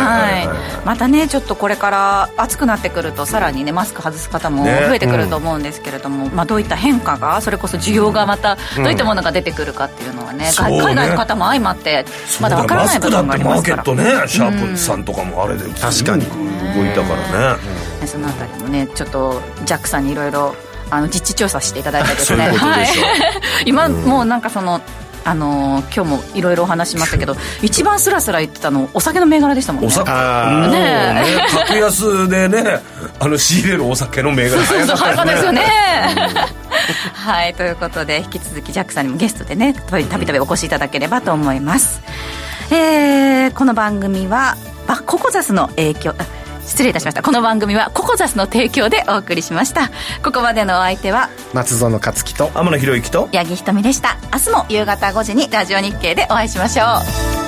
Speaker 4: い
Speaker 3: はい、またねちょっとこれから暑くなってくるとさらにねマスク外す方も
Speaker 4: ね
Speaker 3: 増えてくると思うんですけれども、まあ、どういった変化がそれこそ需要がまたどういったものが出てくるかっていうのはね,
Speaker 4: そ
Speaker 3: が、
Speaker 4: うね
Speaker 3: 海外の方も相まってまだわからない部分がありますから
Speaker 4: マスクだってマーケットねシャープさんとかもあれで確
Speaker 2: かに
Speaker 4: 動いたからね
Speaker 3: ねそのあたりもねちょっとジャックさんにいろいろあの実地調査していただいたりです
Speaker 4: そう
Speaker 3: ね
Speaker 4: いうことでしょ
Speaker 3: い、
Speaker 4: う
Speaker 3: [LAUGHS] 今、もうなんかそのあのー今日もいろいろお話ししましたけど一番スラスラ言ってたのお酒の銘柄でしたもんね
Speaker 4: お酒
Speaker 2: あー
Speaker 4: もう
Speaker 3: ね
Speaker 4: ね格安でねあの仕入れるお酒の銘
Speaker 3: [LAUGHS]
Speaker 4: 柄
Speaker 3: そうそう、早かったですよね。 [LAUGHS] はい、ということで、引き続きジャックさんにもゲストでね、たびたびお越しいただければと思います。えーこの番組は、あココザスの影響あ失礼いたしましたこの番組はココザスの提供でお送りしましたここまでのお相手は
Speaker 2: 松園克樹と
Speaker 4: 天野博之と
Speaker 3: 八木ひとみでした明日も夕方5時にラジオ日経でお会いしましょう